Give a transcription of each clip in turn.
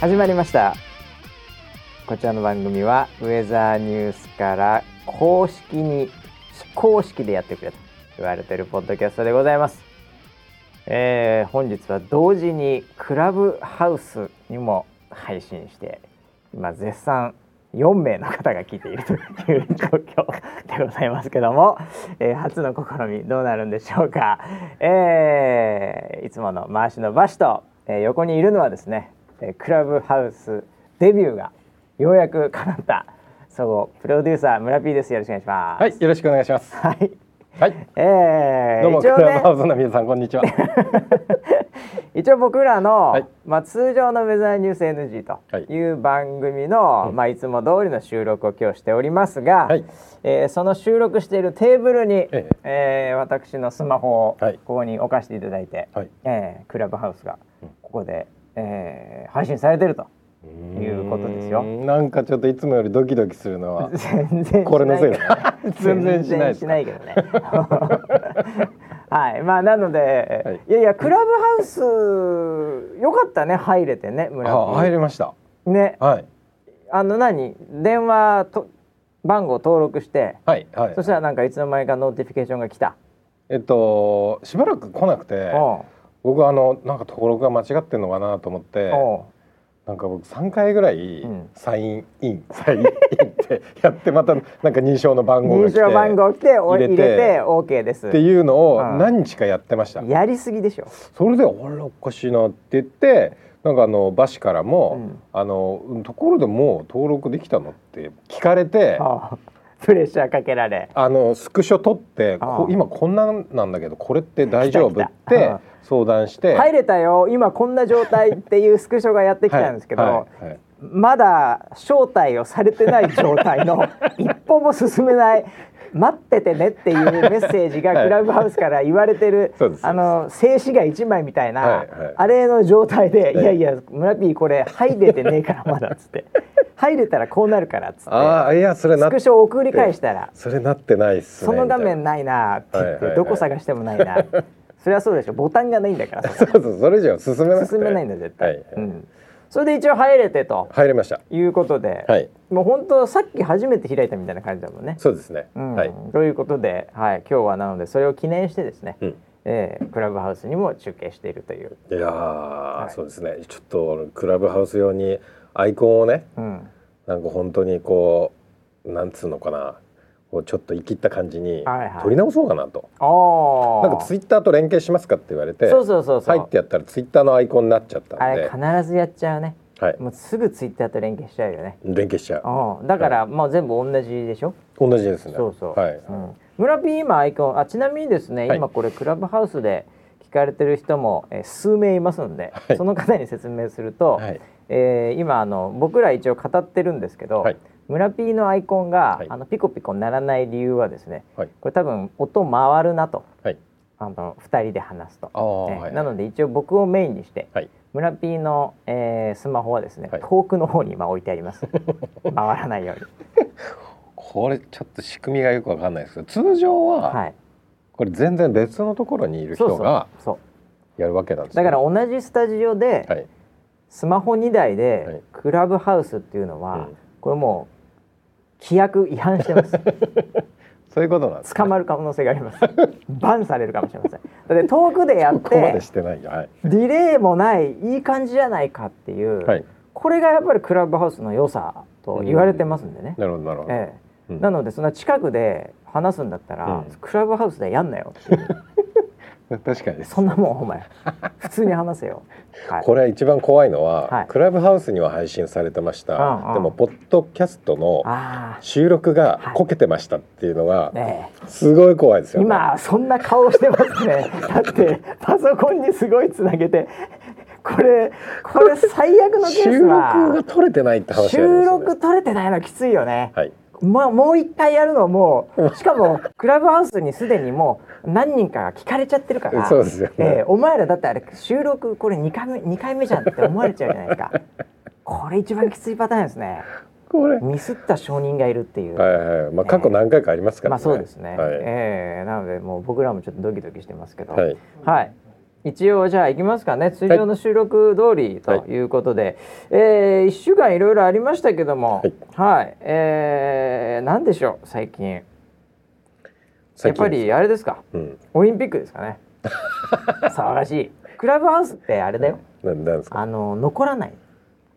始まりましたこちらの番組はウェザーニュースから公式に非公式でやってくれと言われているポッドキャストでございます、えー本日は同時にクラブハウスにも配信して今絶賛4名の方が聞いているという状況でございますけども、えー初の試みどうなるんでしょうか、えーいつもの回しの場所と、えー横にいるのはですね、えークラブハウスデビューがようやく叶った総合プロデューサー村 P ですよろしくお願いしますはい、よろしくお願いします。はい。はい、えー、どうも、一ク応ラブハウね、スの皆さん、こんにち は。一応僕らの、はいまあ通常のウェザーニュース NG という番組の、い、まあいつも通りの収録を今日しておりますが、はいえーその収録しているテーブルに、ええー私のスマホをはいここに置かせていただいて、はいえークラブハウスがここで、えー配信されてるということですよ。。なんかちょっといつもよりドキドキするのは 全然しないこれのせいだね 全全然然ししなないいけ どねはいまあなので、はいい、やいやクラブハウスよかったね入れてね村木あ、入りました。ねはい。あの何電話と番号登録してはい、はいそし。たらなんかいつの間にかノーティフィケーションが来た、えっと、しばらく来なくて、お僕、あの、なんか登録が間違ってんのかなと思ってう。おなんか僕、三回ぐらいうん、サインイン、 サインインって、やって、また、なんか認証の番う号が認来て。証番号来てお入入れてれて OK ですっていうのをうん何日かやってました。やりすぎでしょそれで「あらおかしいな」って言ってなんかあの馬氏からも、うんあのうんところでもう登録できたの?」って聞かれてあああプレッシャーかけられのスクショ撮ってああこ今こんなんなんだけどこれって大丈来夫?」たっ来たてうん相談して、入れたよ今こんな状態っていうスクショがやってきたんですけど、はいはいはいまだ招待をされてない状態 の一歩も進めない待っててねっていうメッセージがはいクラブハウスから言われてる、そうですあの静止画一枚みたいな、はいはいあれの状態で「いはいやいや村 P これ入れてねえからまだ」っつって「入れたらこうなるから」っつってああいやそれなスクショを送り返したらそれなってないっすそねの画面みないなって言っはいはいはていどこ探してもないなそれはそうでしょボタンがないんだからたいなそう そうそれ以上進めなくて進めないんだ絶対、はいはいうん、それで一応入れてと入れましたいうことで、はいもう本当さっき初めて開いたみたいな感じだもんね。そうですね、うんはい、ということで、はい、今日はなのでそれを記念してですね、うんえークラブハウスにも中継しているという、いやー、いそうですねちょっとあのクラブハウス用にアイコンをねうん、なんか本当にこうなんつうのかなこうちょっと生きった感じにはいはい撮り直そうかなと、おーなんかツイッターと連携しますかって言われてそうそうそうそう入ってやったらツイッターのアイコンになっちゃったんあれで、必ずやっちゃうねはい、もうすぐツイッターと連携しちゃうよね。連携しちゃうおーだから、もう全部同じでしょ同じですねそうそう、はい、うん、村 P 今アイコンあちなみにですね、はい今これクラブハウスで聞かれてる人も、えー数名いますので、はいその方に説明すると、はいえー今あの僕ら一応語ってるんですけど、はい村 P のアイコンが、はいあのピコピコ鳴らない理由はですねはいこれ多分音回るなとはいあの2人で話すと、あえあ、ーはいなので一応僕をメインにして、はい村 P の、えースマホはですね、はい遠くの方に今置いてあり ます回らないように。これちょっと仕組みがよくわかんないですけど通常ははい、これ全然別のところにいるそう人そうがそうやるわけなんですだねから同じスタジオで、はいスマホ2台はいでクラブハウスっていうのは、うんこれもう規約違反してます そういうことなんですね捕まる可能性がありますバンされるかもしれませんだって遠くでやっここまてでしてないよはい、ディレイもないいい感じじゃないかっていう、はい、これがやっぱりクラブハウスの良さと言われてますんでね、なるほどなるほど、ええうんなのでそんな近くで話すんだったら、うんクラブハウスでやんなよっていう確かにそんなもんお前普通に話せよ、はい、これ一番怖いのは、はいクラブハウスには配信されてました、うんうんでもポッドキャストのあ収録はがいこけてましたっていうのがあねえすごい怖いですよね。今そんな顔してます ねだってパソコンにすごいつなげてこれこれ最悪のケー収ス録がは取れてないって話があり収ますよね録取れてないのきついよね、はいまあもう一回やるのもしかもクラブハウスにすでにもう何人かが聞かれちゃってるからそうですよねええお前らだってあれ収録これ2回目二回目じゃんって思われちゃうじゃないですかこれ一番きついパターンですねこれミスった証人がいるっていう、はいはいまあ過去何回かありますかまらあね。そうですね、はいええなのでもう僕らもちょっとドキドキしてますけど、はいはい。一応じゃあ行きますかね通常の収録通りということで、えー、1週間いろいろありましたけどもはい、はいえー、何でしょう最近やっぱりあれですかうんオリンピックですか ね騒がしいクラブハウスってあれだよななんですかあの残らない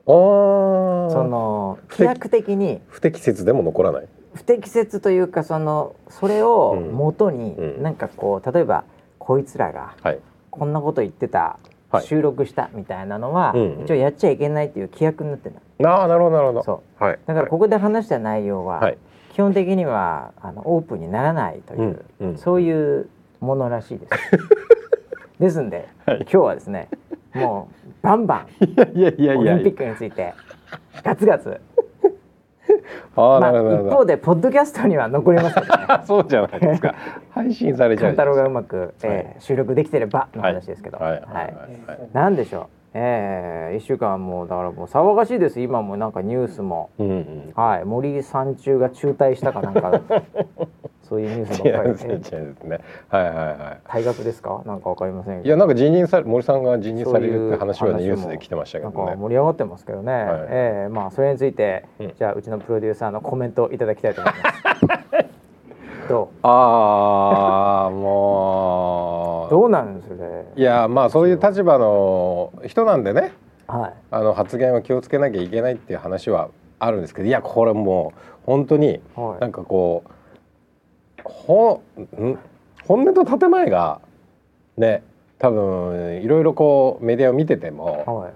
あーその規約的に不適切でも残らない不適切というかそのそれを元に、うんうんなんかこう例えばこいつらがはいこんなこと言ってた、はい収録したみたいなのは、うんうん一応やっちゃいけないっていう規約になってるああなるほどなるほどそうはいだからここで話した内容は、はい基本的にはあのオープンにならないというう、んうんそういうものらしい です。ですんで、はい今日はですねもうバンバ いやいやンいオやリンピックについてガツガツあまあなあるほどなる一ほ方でポッドキャストには残りますけどねどあ そうじゃないで すか配信されちゃ勘うじ太ゃな郎がいですかうまく、えー収録できてればの話ですけど、はいはいはいはいなんでしょう、えー、1週間はもうだからもう騒がしいです今もなんかニュースも、うんうんはい、森三中が中退したかなん かそういうニュース違ばっかうりんですね違うんでですねはいはいは退学ですかなんかわかりませんいけいどやなんか辞任され森さんが辞任そさうれるっいてう話はねニュースで来てましたけどなんかね盛り上がってますけどね、はいえーまあそれについて、うんじゃあうちのプロデューサーのコメントをいただきたいと思います どああうも どうなんそれういやまあそういう立場の人なんでねはいあの発言は気をつけなきゃいけないっていう話はあるんですけどいやこれもう本当にはいなんかこうほん本音と建前がね多分いろいろこうメディアを見ててもはい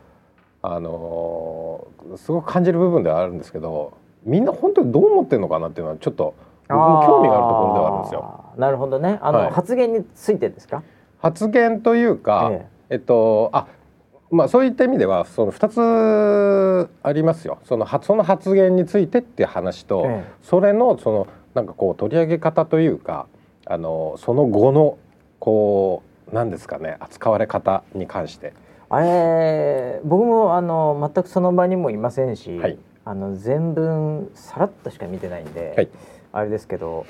あのーすごく感じる部分ではあるんですけどみんな本当にどう思ってるのかなっていうのはちょっと僕も興味があるところではあるんですよ。あー。なるほどね。あの、はい発言についてですか。発言というか、ええっとあまあそういった意味ではその2つありますよそのはその発言についてっていう話と、ええそれのそのなんかこう取り上げ方というかあのその後のこう何ですかね扱われ方に関してあれ、僕もあの全くその場にもいませんし、はいあの全文さらっとしか見てないんで、はいあれですけど、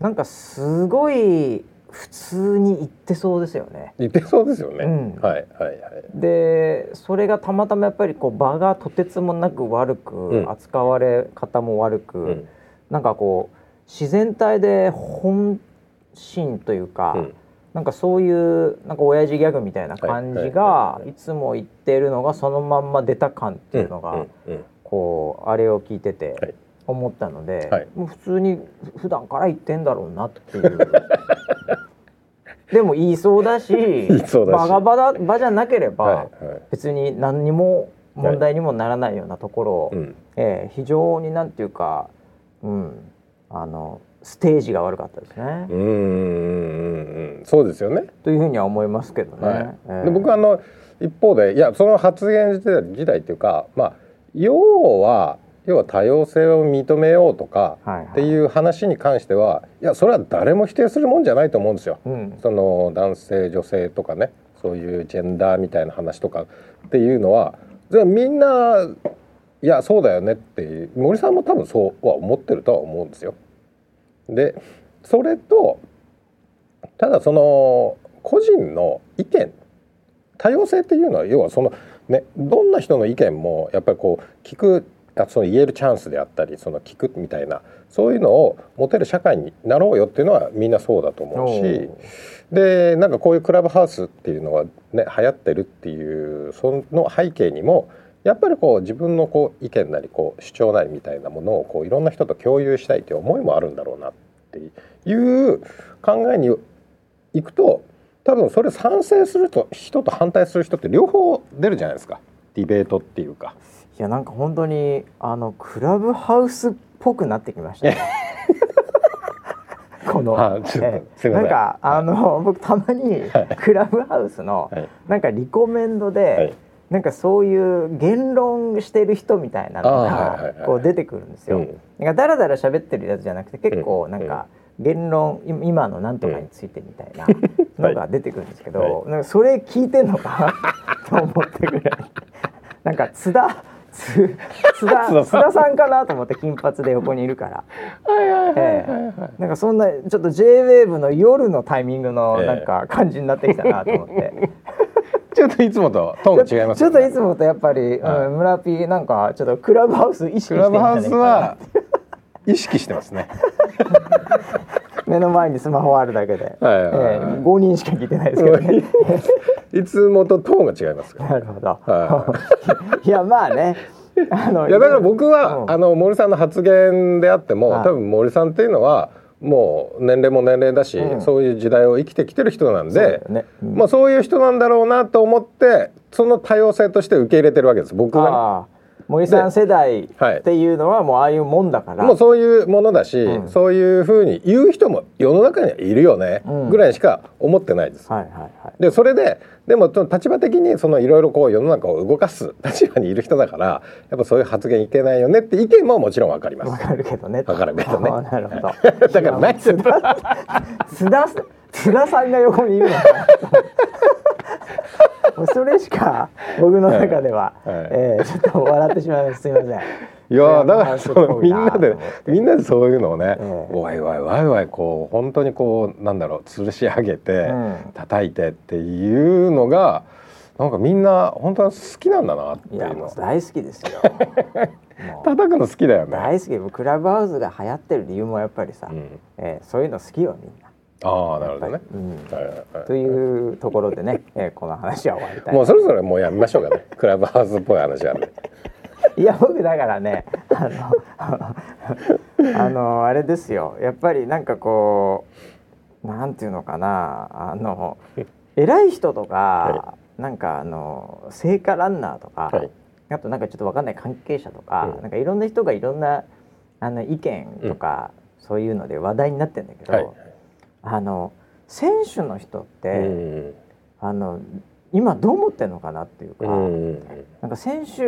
なんかすごい普通に言ってそうですよね。言ってそうですよね。うんはいはいはい。でそれがたまたまやっぱりこう場がとてつもなく悪く、うん扱われ方も悪く、うんなんかこう自然体で本心というか、うんなんかそういうなんか親父ギャグみたいな感じはいはいはがいはいいつも言ってるのがそのまんま出た感っていうのが、うんうんこうあれを聞いてはいて思ったので、はいもう普通に普段から言ってんだろうなっていう。 でも言いそうだしいそうだバしカバだ場じゃなければ、はいはい別に何にも問題にもならないようなところを、うんえー非常になんていうか、うん、あのステージが悪かったですね。うんうんうんうんそうですよね。というふうには思いますけどね。はええで僕はあの一方でいやその発言自体自体っていうかまあ要は要は多様性を認めようとかはいはいっていう話に関してはいやそれは誰も否定するもんじゃないと思うんですよ。うん、その男性女性とかねそういうジェンダーみたいな話とかっていうのはじゃあみんないやそうだよねっていう森さんも多分そうは思ってるとは思うんですよ。でそれとただその個人の意見多様性っていうのは要はそのねどんな人の意見もやっぱりこう聞くあその言えるチャンスであったりその聞くみたいなそういうのを持てる社会になろうよっていうのはみんなそうだと思うおしーでなんかこういうクラブハウスっていうのはね流行ってるっていうその背景にもやっぱりこう自分のこう意見なりこう主張なりみたいなものをこういろんな人と共有したいという思いもあるんだろうなっていう考えにいくと多分それ賛成すると人と反対する人って両方出るじゃないですかディベートっていうか。いやなんか本当にあのクラブハウスっぽくなってきま した、ね。この、あちょっとええすいなませんんかあの、 僕たまにクラブハウスの、はいなんかリコメンドで、はいなんかそういう言論してる人みたいなのあーはいはいはがいこう出てくるんですよ。うんなんかダラダラ喋ってるやつじゃなくて結構うんなんか言論い今のなんとかについてみたいなのが出てくるんですけど、なんかそれ聞いてんのかな と思ってぐらいなんか津田津津田津津田さん田さんかなと思って金髪で横にいるから。ええなんかそんなちょっと JWAVE の夜のタイミングのええなんか感じになってきたなと思って、ちょっといつもとトーン が違いますちょよっとねいつもとやっぱり、はいうん、村 P なんかちょっとクラブハウス意識してクるんじゃラブハウないスかなは意識してますね。目の前にスマホあるだけで、はいはいはいええ5人しか聞いてないですけど ねいつもとトーンが違いますから。なるほど、、は いやまあねあのいやだから僕は、うんあの森さんの発言であっても、はい多分森さんっていうのはもう年齢も年齢だし、うんそういう時代を生きてきてる人なんそうだでよねうんまあ、そういう人なんだろうなと思ってその多様性として受け入れてるわけです僕はああ森さん世代はいっていうのはもうああいうもんだから、ね。もうそういうものだし、うんそういうふうに言う人も世の中にはいるよね、うんぐらいしか思ってないです。はいはいはいでそれででもちょっと立場的にそのいろいろこう世の中を動かす 立場にいる人だからやっぱそういう発言いけないよねって意見ももちろんわかりまわす。かるけどねわかるけどねああなるほど だからないですよ津田さん津田さんが横にいるのか なもうそれしか僕の中では、はいはいええちょっと笑ってしまいますすいませんい いやーだからそのみんなでと思ってみんなでそういうのをね、ええわいわいわいわいこう本当にこうなんだろう吊るし上げて、うん叩いてっていうのがなんかみんな本当は好きなんだなっていいうやのもう大好きですよ もう叩くの好きだよね。大好きクラブハウスが流行ってる理由もやっぱりさ、うん、ええそういうの好きよみんなああなるほどね。うんはいはいはいというところでね、えーこの話は終わりたいもうそろそろもうやめましょうかねクラブハウスっぽい話はね。いや僕だからねあのあのあれですよやっぱりなんかこうなんていうのかなあの偉い人とか、はなんかあの聖火ランナーとか、はいあとなんかちょっとわかんない関係者とか、うんなんかいろんな人がいろんなあの意見とか、そういうので話題になってんだけど、はいあの選手の人って、うんあの今どう思ってんのかなっていうか。うんなんか選手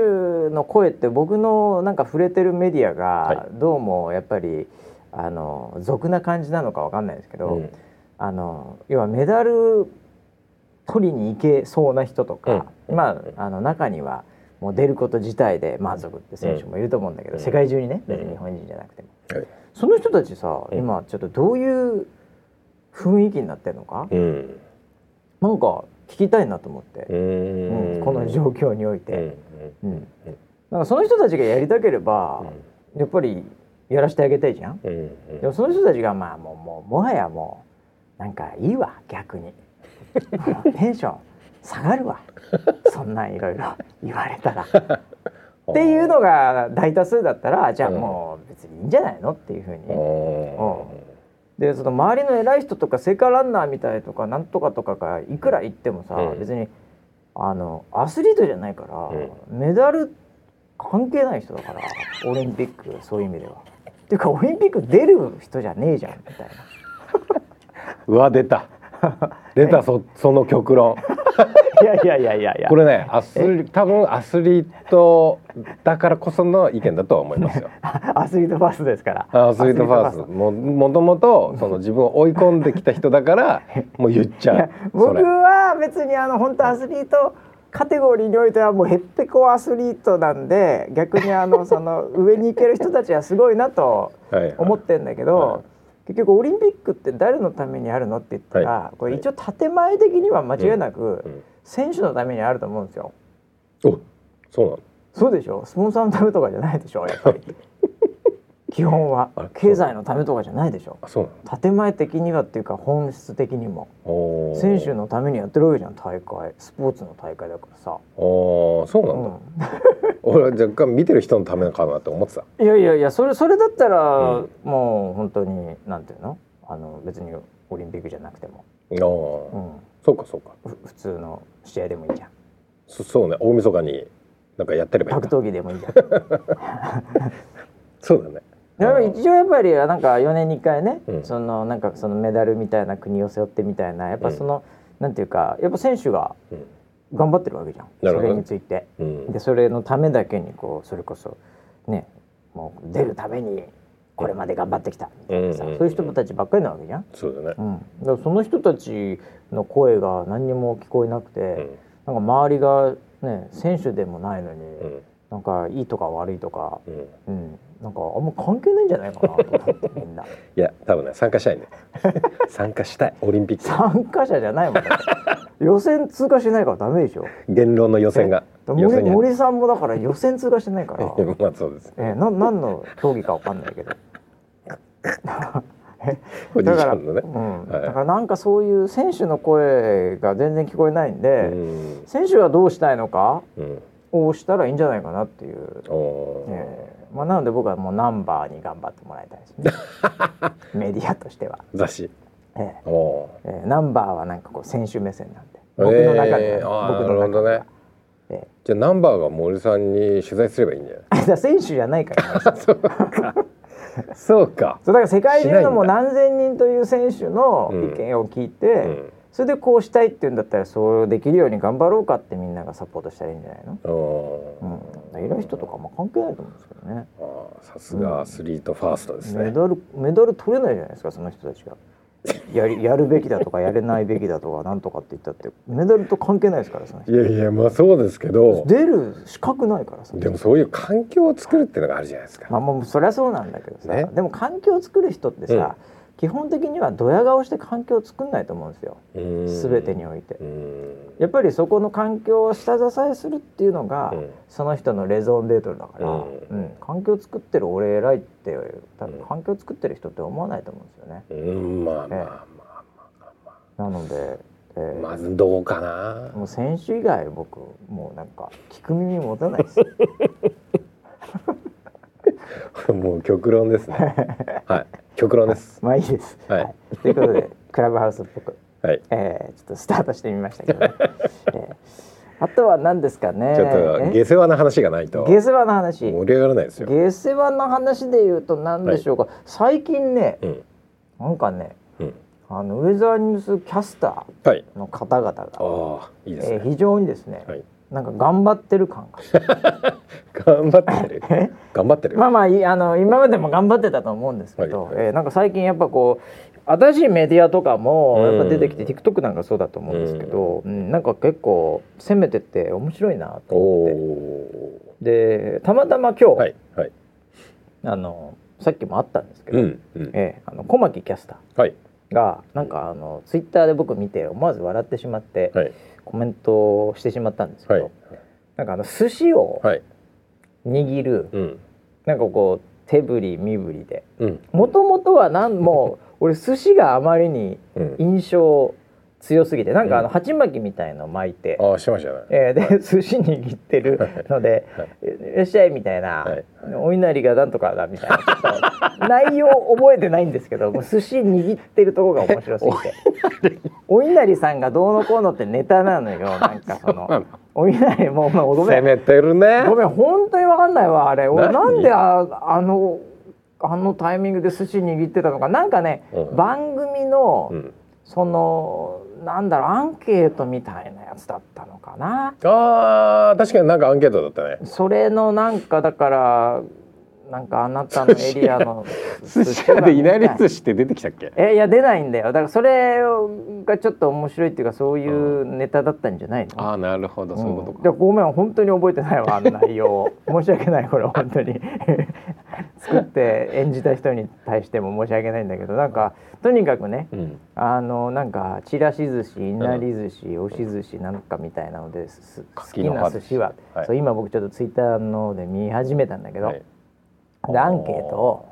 の声って僕のなんか触れてるメディアがどうもやっぱり、あの俗な感じなのかわかんないですけど、うんあの要はメダル取りに行けそうな人とか、うんまああの中にはもう出ること自体で満足って選手もいると思うんだけど、うん世界中にねうん別に日本人じゃなくても、はいその人たちさ、うん今ちょっとどういう雰囲気になってるのか、うんなんか聞きたいなと思って、うんうんこの状況において。うんうん、なんかその人たちがやりたければ、やっぱりやらせてあげたいじゃん。うんうんでもその人たちがまあもうもうもはやもうなんかいいわ逆に あテンション下がるわそんなんいろいろ言われたらっていうのが大多数だったらじゃあもう別にいいんじゃないのっていうふうにうんでその周りの偉い人とか聖火ランナーみたいとかなんとかとかがいくら言ってもさ、うん別にあのアスリートじゃないから、メダル関係ない人だからオリンピックそういう意味では。っていうかオリンピック出る人じゃねえじゃんみたいな。うわ出た出たそその極論いやいやいやいやいやこれねアスリ多分アスリートだからこその意見だとは思いますよあアスリートファーストですから。アスリートファースアトももともとその自分を追い込んできた人だからもう言っちいゃやうそ僕れは別にあの本当アスリートカテゴリーにおいてはもうへってこアスリートなんで逆にあのその上に行ける人たちはすごいなとはいはい 思ってんだけど、はい結局オリンピックって誰のためにあるのって言ったら、はいこれ一応建前的には間違いなうんうくん選手のためにあると思うんですよ。おそうなのそうでしょスポンサーのためとかじゃないでしょやっぱり基本はあれ経済のためとかじゃないでしょあそうな建前的にはっていうか本質的にものおー選手のためにやってるわけじゃん大会スポーツの大会だからさ、おーそうなんだ、う俺は若干見てる人のためかなって思ってたん、いやいやいやそれそれだったら、うんもう本当になんていうのあの別にオリンピックじゃなくても、おーうそうかそうかん、ふ普通の試合でもいいじゃんそそうね大晦日になんかやってればいいん格だ闘技でもいいじゃんそうだねでも一応やっぱりなんか4年に1回ね、うんそのなんかそのメダルみたいな国を背負ってみたいなやっぱその、なんていうかやっぱ選手がうん頑張ってるわけじゃん、なそるほどねれについて。うんでそれのためだけにこうそれこそねもう出るためにこれまで頑張ってきたみたいなさ、うんうんうんそういう人たちばっかりなわけじゃん。そうだねう、ん、だからその人たちの声が何にも聞こえなくて、うんなんか周りがね選手でもないのに、うんなんかいいとか悪いとか、うんうん、なんかあんま関係ないんじゃないかなと思ってみん な いや多分ね参加したいね参加したいオリンピック参加者じゃないもんね予選通過してないからダメでしょ言論の予選がだ予森選に森さんもだから予選通過してない から入ってまあそうですえー、な何の競技かわかんないけど ポジだシから、ョンのねうんはいだからなんかそういう選手の声が全然聞こえないんで、うん選手がどうしたいのかうんをしたらいいんじゃないかなっていう、おーえーまあ、なので僕はもうナンバーに頑張ってもらいたい ですねメディアとしては、雑誌えーおおえーナンバーはなんかこう選手目線なんでー僕の中では、えーあー僕の中ではなるほじゃあナンバーが森さんに取材すればいいんじゃないえー だから選手じゃないから、ね、そうそうかだから世界中のもうしな何千人という選手の意見を聞いて、うんそれでこうしたいって言うんだったらそうできるように頑張ろうかってみんながサポートしたらいいんじゃないの、おーうん、偉い人とかも関係ないと思うんですけどねあーさすがアスリートファーストですメねダルメダル取れないじゃないですかその人たち がやりやるべきだとかやれないべきだとかなんとかって言ったってメダルと関係ないですからその人いやいやまあそうですけど出る資格ないからその人でもそういう環境を作るっていうのがあるじゃないですかまあもうそりゃそうなんだけどさ、ねでも環境を作る人ってさ、基本的にはドヤ顔して環境を作んないと思うんですよ全てにおいてう。んやっぱりそこの環境を下支えするっていうのが、うんその人のレゾンデートルだから、ううんん環境作ってる俺偉いって多う分ん環境作ってる人って思わないと思うんですよね。うんまあまあまなので、えあーまずどうかなもう選手以外僕もうなんか聞く耳持た ないです。 もう極論です ねはい極論ですまあいいです。はいということでクラブハウスっぽく、はいえーちょっとスタートしてみましたけど、ね えーあとは何ですかね。ちょっとえ下世話な話がないと下世話の話。盛り上がらないですよ下世話の話で言うと何でしょうか、最近ねうんなんかねうんあのウェザーニュースキャスタはいーの方々が、ああいいですえねー非常にですね、はいなんか頑張ってる感が頑張ってる頑張ってるまあまあいあの今までも頑張ってたと思うんですけど、はいはえーなんか最近やっぱこう新しいメディアとかもうんやっぱ出てきて、TikTok なんかそうだと思うんですけど、うんなんか結構攻めてて面白いなと思おっておでたまたま今日、ーはいはいあのさっきもあったんですけど、うんうんえーあの小牧キャスターはいがなんかあのツイッターで僕見て思わず笑ってしまってはいコメントをしてしまったんですけはど、いなんかあの寿司をはい握るうんなんかこう手振り身振りでうんもともとはなんもう俺寿司があまりにうん印象強すぎてなんかあのうん鉢巻きみたいの巻いて、ああしてましたねえーで 寿司握ってるのではい「いらっしゃい」みたいなはい「お稲荷がなんとかだ」みたいなちょっと内容覚えてないんですけどもう寿司握ってるところが面白すぎて お稲荷さんがどうのこうのってネタなのよなんかそなののお稲荷もうもうごめ攻んめてるねごめん本当に分かんないわあれ俺何なんでああのあのタイミングで寿司握ってたのかなんかね、うん番組の、うんそのなんだろうアンケートみたいなやつだったのかなあー確かになんかアンケートだったねそれのなんかだからなんかあなたのエリアの 寿司屋でいなり司寿司って出てきたっけえいや出ないんだよだからそれがちょっと面白いっていうかそういうネタだったんじゃないの、 ああなるほどそういうことうんかじゃあごめん本当に覚えてないわあの内容を 申し訳ないこれ本当に 作って演じた人に対しても申し訳ないんだけどなんかとにかくねうんあのなんかちらし寿司いなり寿司、押し寿司なんかみたいなのですす好柿きの葉な寿司は寿、司はいそう今僕ちょっとツイッターの方で見始めたんだけど、はいでアンケートを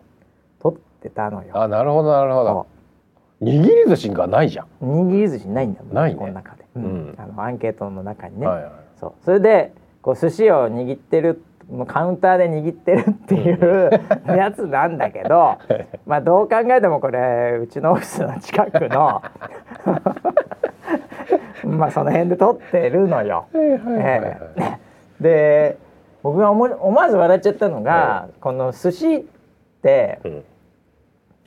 取ってたのよ。あなるほどなるほど握り寿司がないじゃんそう握り寿司ないんだもんないねこの中で、うんあのアンケートの中にね、はいはいそうそれでこう寿司を握ってるカウンターで握ってるっていううやつなんだけ どまあどう考えてもこれうちのオフィスの近く のまあその辺で撮ってるのよ。はいはいはいはいええで僕が思い思わず笑っちゃったのが、この寿司ってうん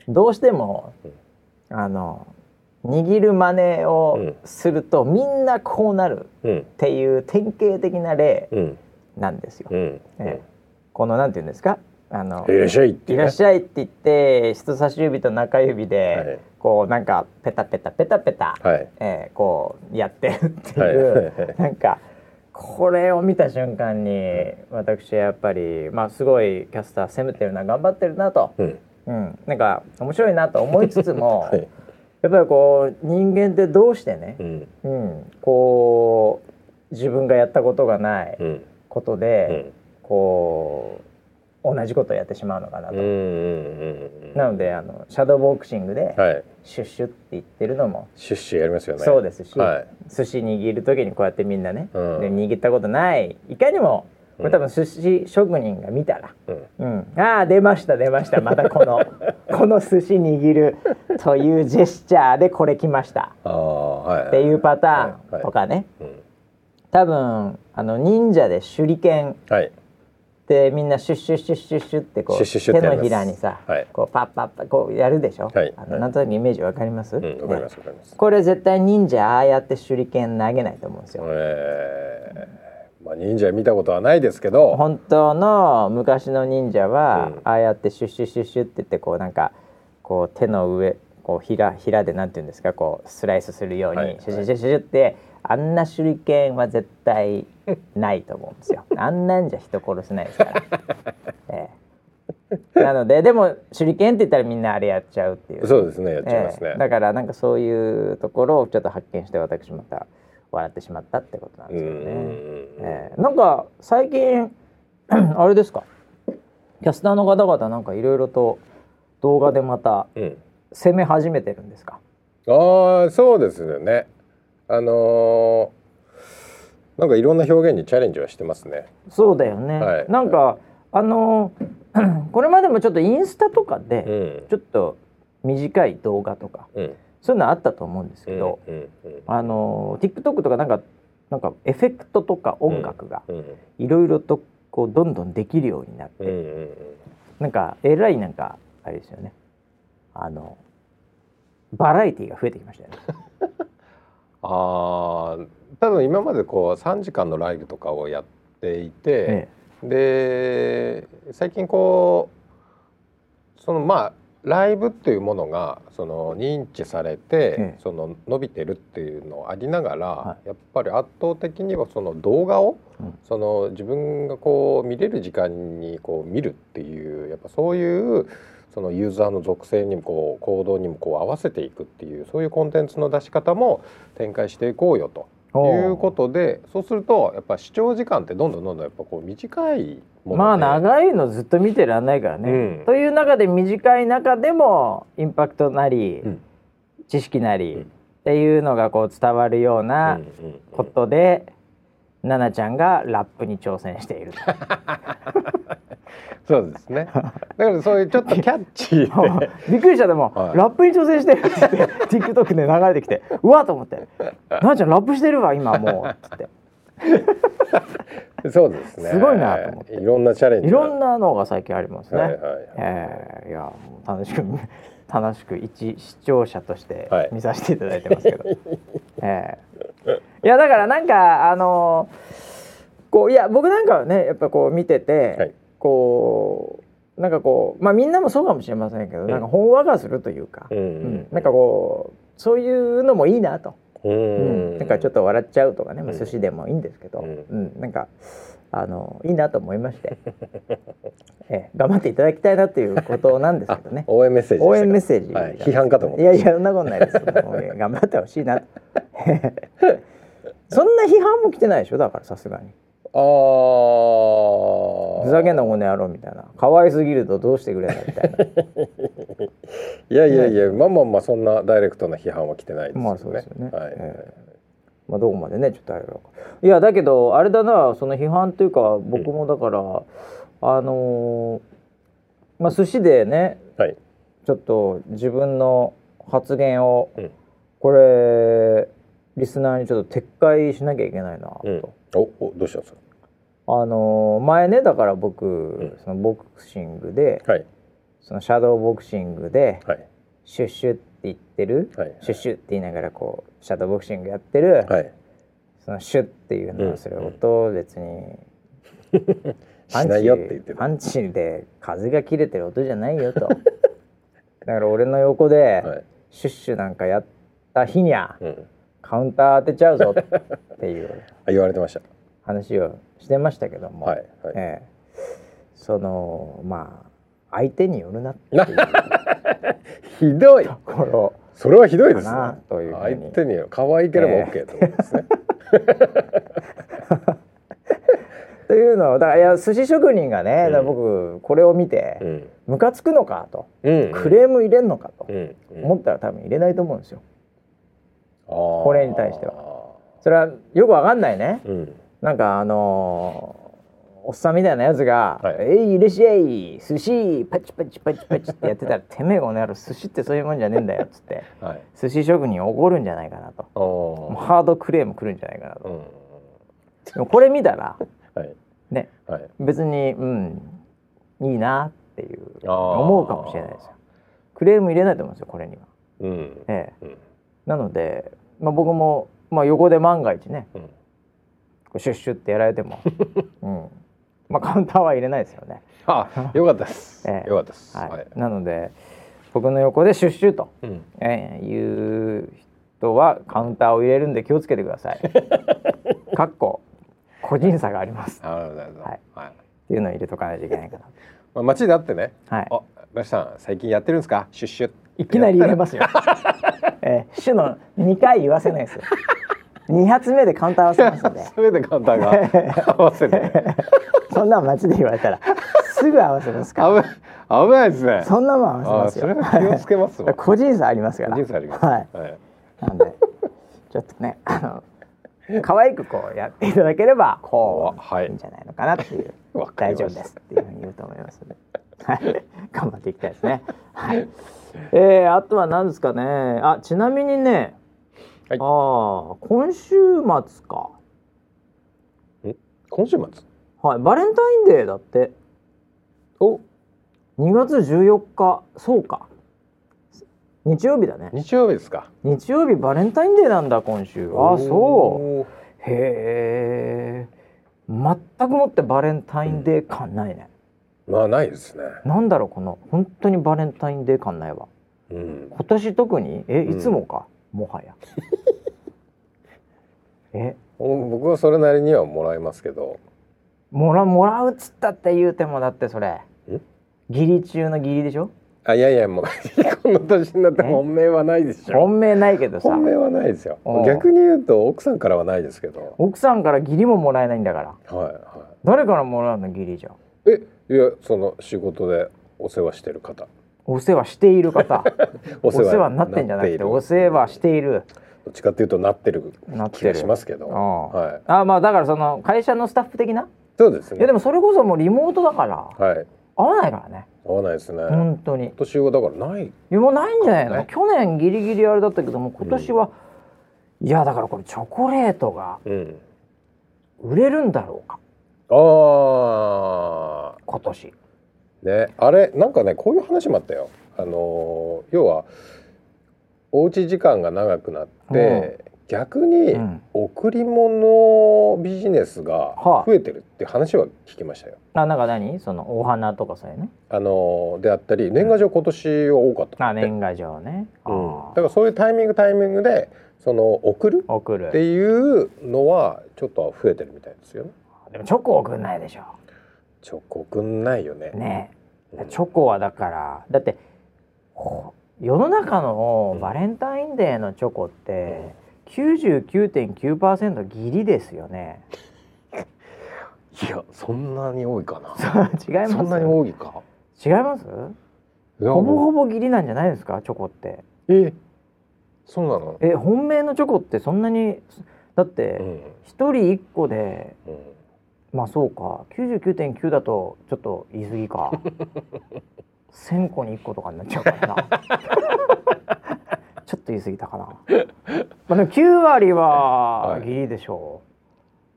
どうしてもあの握る真似をするとみんなこうなるうんっていう典型的な例うんなんですよ。うんええこのなんて言うんですかあのいらっしゃいっていいうらねっしゃいって言って人差し指と中指で、はいこうなんかペタペタペタペタ、はいえーこうやってるっていう、はいなんかこれを見た瞬間に私はやっぱりまあすごいキャスター攻めてるな頑張ってるなと、うんうん、なんか面白いなと思いつつも、 はいやっぱりこう人間ってどうしてねう、んうん、こう自分がやったことがないうんことうで、んこう同じことをやってしまうのかなと、うんうんうんなのであのシャドーボクシングではいシュッシュって言ってるのもシュッシュやりますよねそうですし、はい寿司握る時にこうやってみんなね、うんで握ったことないいかにもこれ多分寿司職人が見たら、うんうん、ああ出ました出ましたまたこの この寿司握るというジェスチャーでこれ来ましたああはいっていうパターンとかね、うん多分あの忍者で手裏剣はいってみんなシュッシュッシュッシュッシュってこうシュッシュッシュッってや手りのますひらにさ、はいこうパッパッパこうやるでしょ、はいあはのいなんとなくイメージわかります、うんわかりますねわかりますこれ絶対忍者ああやって手裏剣投げないと思うんですよ、えーまあ忍者見たことはないですけど本当の昔の忍者は、うんああやってシュッシュッシュッシュって言ってこうなんかこう手の上こうひらひらでなんていうんですかこうスライスするように、はいシュッシュッシュッシュッってあんな手裏剣は絶対ないと思うんですよ。あんなんじゃ人殺せないですから。ええなのででも手裏剣って言ったらみんなあれやっちゃうっていう。そうですねやっちゃいますえねえだからなんかそういうところをちょっと発見して私また笑ってしまったってことなんうでんすよね。うんうんえーなんか最近 あれですかキャスターの方々なんかいろいろと動画でまたうん攻め始めてるんですかああそうですよねあのーなんかいろんな表現にチャレンジはしてますねそうだよね、はいなんかあの ーこれまでもちょっとインスタとかうでんちょっと短い動画とかうんそういうのあったと思うんですうけんど、うんうんあのー TikTok とかなんかなんかエフェクトとか音楽がうんいろいろとこうどんどんできるようになって、うんうんなんかえらいなんかあれですよねあのバラエティーが増えてきましたよね。あー多分今までこう3時間のライブとかをやっていて、えで最近こうそのまあライブっていうものがその認知されて、ええその伸びてるっていうのありながら、はやっぱり圧倒的にはその動画を、うんその自分がこう見れる時間にこう見るっていうやっぱそういうそのユーザーの属性にもこう行動にもこう合わせていくっていうそういうコンテンツの出し方も展開していこうよということでそうするとやっぱ視聴時間ってどんどんどんどんやっぱこう短いものでまあ長いのずっと見てらんないからね。うんという中で短い中でもインパクトなり、うん知識なり、うんっていうのがこう伝わるよううなんうんうんことで、奈々ちゃんがラップに挑戦している と。そうですねだからそういうちょっとキャッチ ーでびっくりしたでも、はいラップに挑戦してるって言って TikTok で流れてきてうわっと思 って「奈々ちゃんラップしてるわ今もう」っつってそうですねすごいなと思っていろんなチャレンジいろんななのが最近ありますね。はいはいえーいやもう楽しく 楽しく一視聴者としてはい見させていただいてますけど、えーいやだからなんかあのーこういや僕なんかはねやっぱこう見てて、はいこうなんかこうまあみんなもそうかもしれませんけど、んなんかほんわかするというか、うんううんんなんかこうそういうのもいいなと、ううんんなんかちょっと笑っちゃうとかね、まあ、うん寿司でもいいんですけど、ううんんなんかあのいいなと思いまして、 ええ、頑張っていただきたいなということなんですけどね応援メッセージでしたか応援メッセージ、はい批判かと思ったいやいやそんなことないですもうええ頑張ってほしいなと そんな批判も来てないでしょだからさすがにああふざけんなこの野郎みたいな可愛すぎるとどうしてくれないみたいないやいやいや、まあまあまあそんなダイレクトな批判は来てないですよね。まあそうですよね、はい。ええまあどこまでねちょっとあれだからいやだけどあれだなその批判というか僕もだから、あのーまあ寿司でねはい。ちょっと自分の発言を、うんこれリスナーにちょっと撤回しなきゃいけないなと、うん。お、おどうしたんですあのー前ねだから僕、んそのボクシングでか。はい。そのシャドーボクシングではい。シュッシュって言ってる、はいシュッシュって言いながらこうシャドーボクシングやってる、はい。そのシュッっていうのはそれうん音を別にパしンなチいよって言ってる。パンチで風が切れてる音じゃないよ とだから俺の横ではい。シュッシュなんかやった日にゃうん。カウンター当てちゃうぞっていうあ、言われてました。話をしてましたけども、はい。はい。ええそのまあ相手によるなっていう ひどい。ところそれはひどいですねかなというふう相に手に可愛ければえ OK と思うんです ね、というのをだからいや寿司職人がね、だからうん僕これを見て、ムカつくのかと、うんうんクレーム入れんのかとうんうん思ったら多分入れないと思うんですよ。これに対してはそれはよくわかんないね。うんなんかあのーおっさんみたいなやつが「はいえいいらっしゃい寿司パチパチパチパチ」ってやってたら「てめえこの野郎寿司ってそういうもんじゃねえんだよ」っつっ てはい寿司職人怒るんじゃないかなとあもうーハードクレーム来るんじゃないかなとうんでもこれ見たらはいねはい別にうんいいなっていうあー思うかもしれないですよクレーム入れないと思うんですよこれには、うんええ、うんなので、まあ、僕も、まあ、横で万が一ねうんこうシュッシュってやられて も、うんまあ、カウンターは入れないですよね、 あよかったですええよかったですはいはいなので僕の横でシュッシュと、うんええいう人はカウンターを入れるんで気をつけてくだ さいかっこ個人差がありますなるほどなるほどはいはいっていうのを入れとかないといけない かなまあ街で会ってねはいあラシさん最近やってるんですかシュッシュいきなり入れますすよ。 えー、主の2回言わせないですよ。2発目でカウンター合わせますん で、それでカウンターが合わせてそんなの街で言われたら、すぐ合わせます危から。危ないですねそんなもん合あわーせそれまはす気よ。をつけますわ個人差ありますから。人生ありますはい。はいなんで、ちょっとね、あの、可愛くこうやっていただければ、こう、はいい、いんじゃないのかなっていう、わかり大ました丈夫ですっていうふうに言うと思いますので、はい、頑張っていきたいですね。はい。えー、あとは何ですかね。あ、ちなみにね、はいああ、今週末か。今週末はい、バレンタインデーだって。お2月14日、そうか。日曜日だね。日曜日ですか日曜日バレンタインデーなんだ今週。あ、そう。うへえ全くもってバレンタインデー感ないね、まあないですねなんだろうこの本当にバレンタインデー感ないわうん今年特にえうんいつもか、もはや え僕はそれなりにはもらいますけどもらもらうっつったって言うてもだってそれ義理中の義理でしょあいやいやもう この年になって本命はないでしょ本命ないけどさ本命はないですようん逆に言うと奥さんからはないですけど奥さんから義理ももらえないんだからはいは誰からもらうの義理じゃんいえいやその仕事でお世話してる方お世話している方 お世話になってんじゃなくてるお世話しているどっちかっていうとなってるなって気がるしますけどああはいあまあだからその会社のスタッフ的なそうですいやねでもそれこそもうリモートだからはい合わないからね合わないですね今本当に年はだからないもうないんじゃないの、ね去年ギリギリあれだったけども今年は、いやだからこれチョコレートがうん売れるんだろうかああ今年ね、あれなんかねこういう話もあったよ。あのー要はおうち時間が長くなって、逆にうん贈り物ビジネスが増えてるっていう話は聞きましたよ。あなんか何そのお花とかそういうねあのーであったり年賀状今年は多かったあって、年賀状ね、うんあだからそういうタイミングタイミングでその贈る送るっていうのはちょっと増えてるみたいですよね。でもチョコ送んないでしょチョコくんないよね。ねえうんチョコはだからだってほ世の中のバレンタインデーのチョコって99.9%義理ですよね。 いやそんなに多いかな。 そう違いそんなにま多いか。す違いますほぼほぼ義理なんじゃないですかチョコってえそうなのえ本命のチョコってそんなにだっうてん一人一個でうんまあそうか99.9だとちょっと言い過ぎ か1,000個に1個とかになっちゃうからな ちょっと言い過ぎたかなまあでも9割は義理でしょ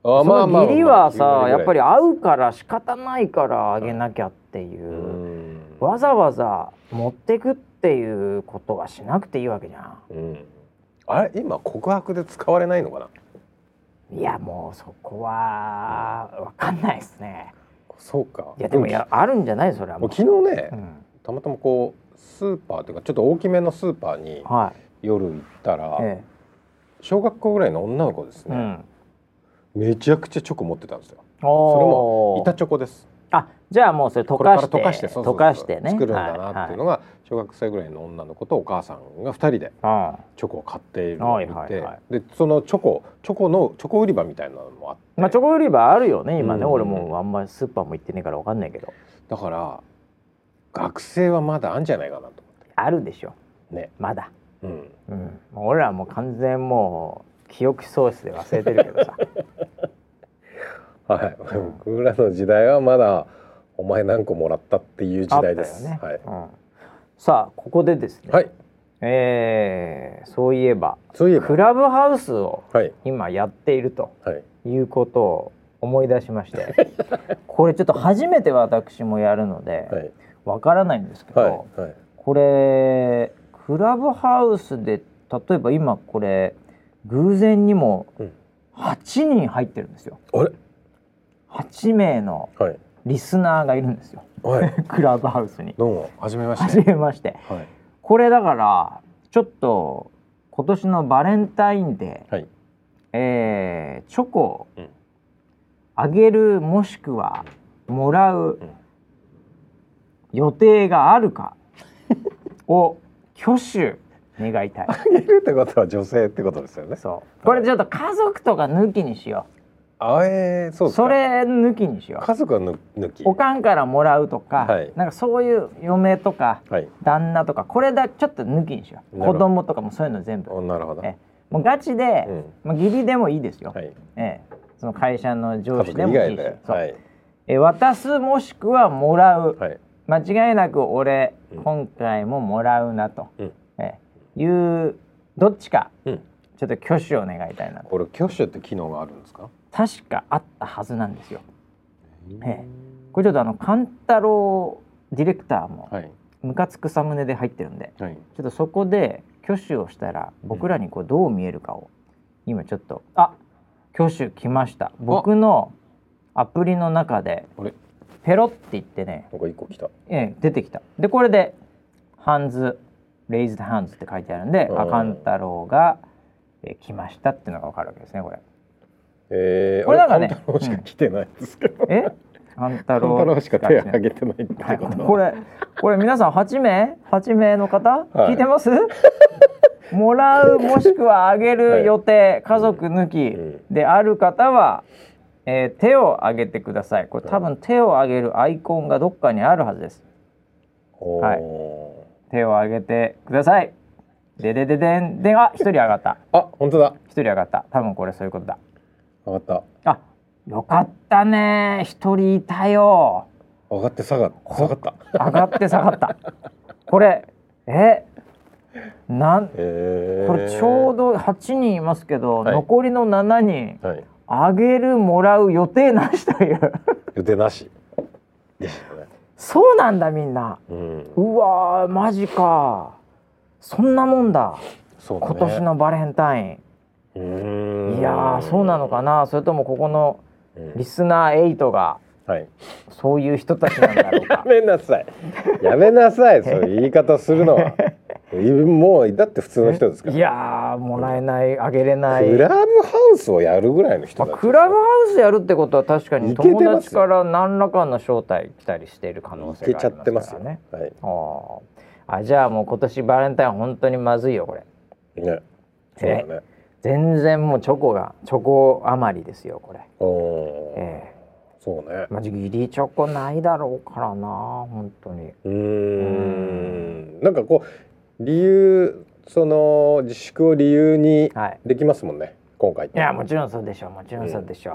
う、あその義理はさ、やっぱりり合うから仕方ないからあげなきゃっていう、うんわざわざ持ってくっていうことはしなくていいわけじゃうんあれ今告白で使われないのかなんいやもうそこはわかんないですねそうかいやでもいやあるんじゃないそれはももうう、昨日ね、うん、たまたまこうスーパーというかちょっと大きめのスーパーにはい、夜行ったら、え小学校ぐらいの女の子ですえ、うね、んめちゃくちゃチョコ持ってたんですよそれ板チョコですあじゃあもうそれ溶これかからして溶かしてそうそうそう溶かしてね作るんだなっていうのが小学生ぐらいの女の子とお母さんが2人ではいはいチョコを買っているのを見て、はいはいはでそのチョコチョコのチョコ売り場みたいなのもあって、うんまあチョコ売り場あるよね今ね、うん俺もあんまりスーパーも行ってねえからわかんないけどだから学生はまだあんじゃないかなとあるでしょ思ってね、まだ、うん、うん、もう俺らもう完全もう記憶喪失で忘れてるけどさはい、僕らの時代はまだお前何個もらったって いう時代ですあったよね、はい、うん、さあここでですね、はい、えーそういえばそういえばクラブハウスをはい今やっているとはいいうことを思い出しまして これちょっと初めて私もやるのではいわからないんですけど、はいはいこれクラブハウスで例えば今これ偶然にもうん8人入ってるんですよあれ8名のはいリスナーがいるんですよ はいクラブハウスに。どうも初めまし初てめましてはいこれだからちょっと今年のバレンタインデー、はいえーチョコをうんあげるもしくはもらううん予定があるかを挙手願 いたい。いるってことは女性ってことですよねそうこれちょっと家族とか抜きにしよあえー、そううですかそれ抜きにしよう家族はぬ抜きおかんからもらうとか、はいなんかそういう嫁とかはい旦那とかこれだちょっと抜きにしようなるほ子ど供とかもそういうの全部おなるほどえもうガチで、うんまあ、義理でもいいですよ、はいええ、その会社の家上司族で以もい外いし、でそうはいえ渡すもしくはもらう、はい間違いなく俺、うん今回ももらうなと、うんええ、いうどっちかうんちょっと挙手を願いたいなとこれ挙手って機能があるんですか確かあったはずなんですよえええこれちょっとあの勘太郎ディレクターもはいムカつくサムネで入ってるんではいちょっとそこで挙手をしたら僕らにこうどう見えるかを今ちょっとあ挙手来ました僕のアプリの中であれペロって言ってね、なんか一個来たええ、出てきたでこれで「ハンズレイズドハンズ」って書いてあるんでうんあ勘太郎が、え来ましたっていうのが分かるわけですねこれ。えー、これなんかねあ勘太郎しか来てないですけ ど、え勘太勘郎太郎しか手挙げてないってはい、こと、これこれ皆さん8名8名の方、はい聞いて ますもらうもしくはあげる予定、家族抜きんである方は、えー手を挙げてくださいこれ多分手を挙げるアイコンがどっかにあるはずですおはいー手を挙げてくださいででででんでんあ一人上がったあ本当だ一人上がった多分これそういうことだ分かったあよかったね一人いたよ分かって下が下がった上がって下がったこれえなんえー、これちょうど8人いますけど、はい残りの7人どはいあげるもらう予定なしという予定なしでしたねそうなんだみんなうんうわーマジかそんなもんだそうだね今年のバレンタイン、うーんいやーそうなのかなそれともここのうんリスナー8がはいそういう人たちなんだろうやかめなさい。やめなさい。そういう言い方するのは。もうだって普通の人ですか ら。いやーもらえないあげれないクラブハウスをやるぐらいの人まだあ、よ。クラブハウスやるってことは確かにいけてますよ友達から何らかの招待来たりしている可能い性けがちあゃりってまますすかよ。らね。はい。あーあじゃあもう今年バレンタイン本当にまずいよこれね。そうだね。全然もうチョコがチョコ余りですよこれおえお。そうね。まじギリチョコないだろうからな本当にうーん。なんかこう理由その自粛を理由にはいできますもんね。今回っいて。やもちろんそうでしょうもちろんそうでしょ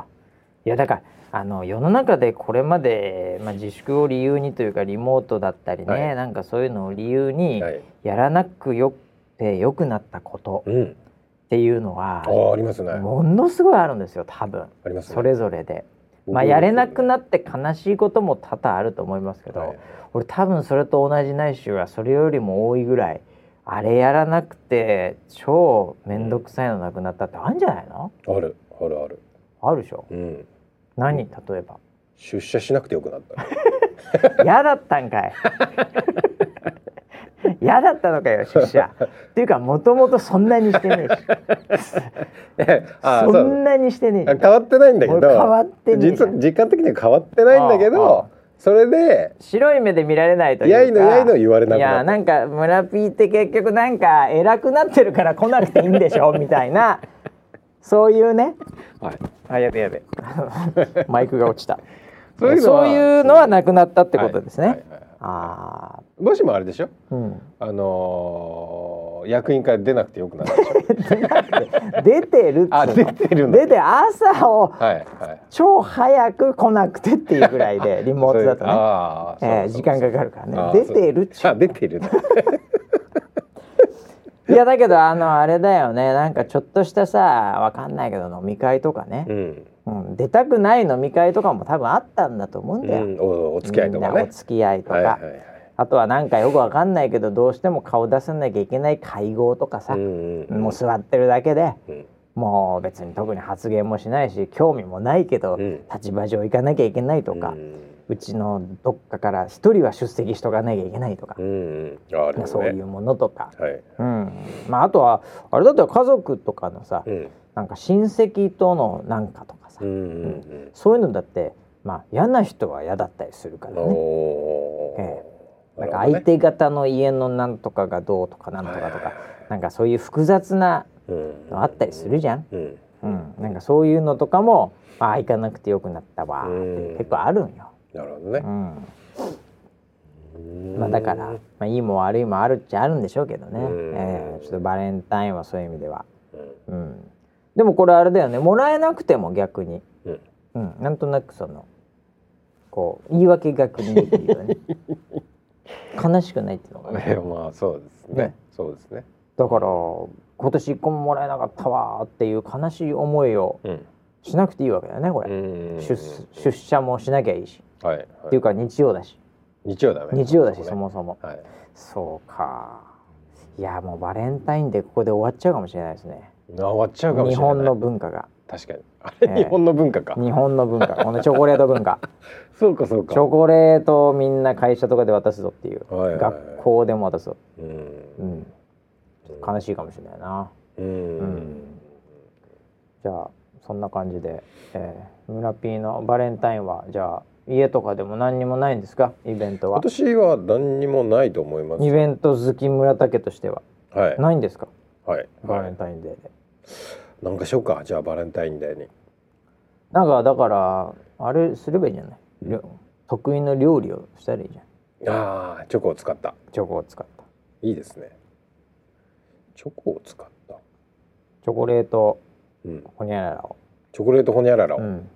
う、いやだからあの世の中でこれまで、まあ、自粛を理由にというかリモートだったりね、はいなんかそういうのを理由にはい。やらなくよって良くなったことうん。っていうのはああありますね。ものすごいあるんですよ多分ありますね。それぞれで。僕まあ、やれなくなって悲しいことも多々あると思いますけど、はい俺多分それと同じないしはそれよりも多いぐらいあれやらなくて超面倒くさいのなくなったってあるんじゃないのあるあるある。あるでしょうん。何例えば出社しなくてよくなった。 嫌だったんかい嫌だったのかよ出社っていうかもともとそんなにしてねえしえ ああそそうだねんなにしてねえし変わってないんだけど俺変わってねえじ実ゃん実感的には変わってないんだけあああどそれで白い目で見られないというかやいのやいの言われなくいやなっなんか村ピーって結局なんか偉くなってるから来なくていいんでしょみたいなそういうねた、はい、あやべやべ マイクが落ちたそういうのそはういうのはなくなったってことですね、はいはいはいあもしもあれでしょあうんあのー役員会出なくてよくなる でしょ出てるっつうのあ出てるんだ出て朝をはいはい超早く来なくてっていうぐらい でリモートだとね、あえーーそうそうそう時間かかるからあねー出てるっちゅそうあ出 てるねういやだけどあのあれだよねなんかちょっとしたさわかんないけど飲み会とかねう、ん、うん、出たくない飲み会とかも多分あったんだと思うんうだよ、ん、おお付き合いとかみんなおね付き合いとか、はいはいはいあとはなんかよくわかんないけどどうしても顔出さなきゃいけない会合とかさ、うんうんもう座ってるだけでうんもう別に特に発言もしないし興味もないけど、うん立場上行かなきゃいけないとか、ううんちのどっかから一人は出席しとかなきゃいけないとかう、んうんああるよねそういうものとか、はいうんまあ、あとはあれだったら家族とかのさ、うんなんか親戚とのなんかとかさ、うんうんそういうのだってまあ嫌な人は嫌だったりするかうらんね。おーなんかなるほどね相手方の家のなんとかがどうとかなんとかとか、なんかそういう複雑なうんのあったりするじゃん。うんうん、なんかそういうのとかも、ああ行かなくてよくなったわ、うん結構あるんよ。なるほどねうん、うんまあだから、まあいいも悪いもあるっちゃあるんでしょうけどね。うんええちょっとバレンタインはそういう意味では、ううんん。でもこれあれだよね、もらえなくても逆に、うんうん、なんとなくその。こう言い訳逆にできるよ ね。悲しくないっていうのがね。ねまあそうですねねそうですねだから今年1個ももらえなかったわーっていう悲しい思いをうんしなくていいわけだよねこれ、うん出出社もしなきゃいいし、はいはいっていうか日曜だし日曜だね日曜だしねそもそもはいそうかいやもうバレンタインでここで終わっちゃうかもしれないですねあ終わっちゃうかもし日れない本の文化 が確かにあえれえ日本の文化か日本の文化このチョコレート文化 そうかそうチかョコレートをみんな会社とかで渡すぞっていう、はいはいはい学校でも渡すぞ、ううんん、ちょっと悲しいかもしれないなうんうんじゃあそんな感じで、えー、村 P のバレンタインはじゃあ家とかでも何にもないんですかイベントは今年は何にもないと思いますイベント好き村竹としてははいないんですかはいバレはンタインデーで、いなんかしようかじゃあバレンタインデーになんかだからあれすればいいんじゃない、りょ得意の料理をしたらいいじゃんああチョコを使ったチョコを使ったいいですねチョコを使ったチョコレートうんほにゃららを、チョコレートホニャララを、うん、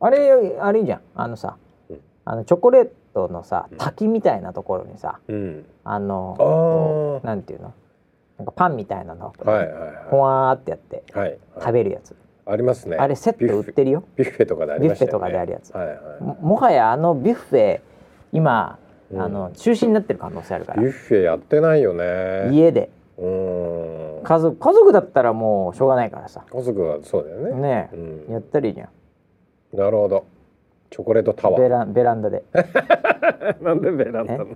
あれあれいいじゃんあのさ、うんあのチョコレートのさうん滝みたいなところにさうん、あのああこはうなんていうのなんかパンみたいなのをいはいほはわーってやっていはい食べるやつ、ありますねあれセット売ってるよビュッフェとかでありましたよビュッフェねとかであるやつはいはももはやあのビュッフェ今、うんあの中止になってる可能性あるかいビュらッフェやってないよね家でうーん家族家族だったらもうしょうがないからさ家族はそうだよねねうえ、んやったらいいじゃんなるほどチョコレートタワベーランベランダ でなんでベランダなの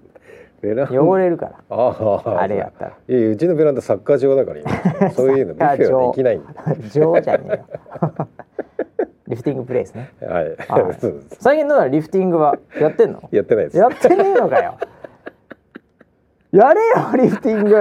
ベランダ汚れるから、あああれやったらいやいやうちのベランダ サッカー場だから今そういうのビュッフェはできないんだ 女王じゃねえよリフティングプレイですねはい、はい そうです最近どうなのリフティングはやってんのやってないですやってねえのかよ やれよリフティン グ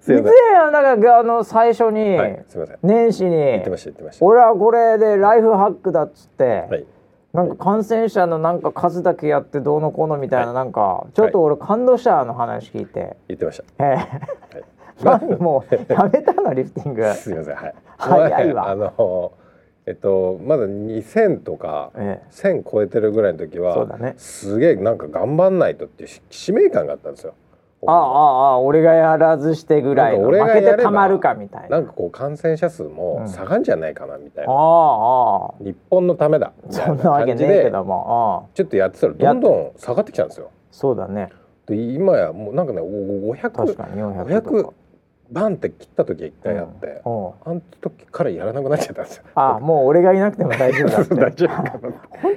すいいつまやなんかあの最初に、せんはいすいません年始言ってまにした言ってました俺はこれでライフハックだっつって、はいなんか感染者のなんか数だけやってどうのこうのみたいな、はいなんかちょっと俺感動したあの話聞いて、言ってましたええ なんでもうやめたのリフティングすみません、 はい。早いわあの、えっと、まだ2000とか。ええ1000超えてるぐらいの時は。そうだねすげえ、なんか頑張んないとっていうし使命感があったんですよ。ああああ俺がやらずしてぐらいのなんか負俺がけやればてたまるかみたいななんかこう感染者数も下がんじゃないかなみたいあな。あああ日本のためだ。みたいそんななわけ感ねじえけで。どもちょっとやってたら、どんどん下がってきたんですよ。ああそうだねで、今やもうなんかね、お確500かに400 500とバンって切った時が一か、回あって。うんうんあの時からやらなくなっちゃったんですよ。ああもう俺がいなくても大丈夫だ って大丈夫かな。本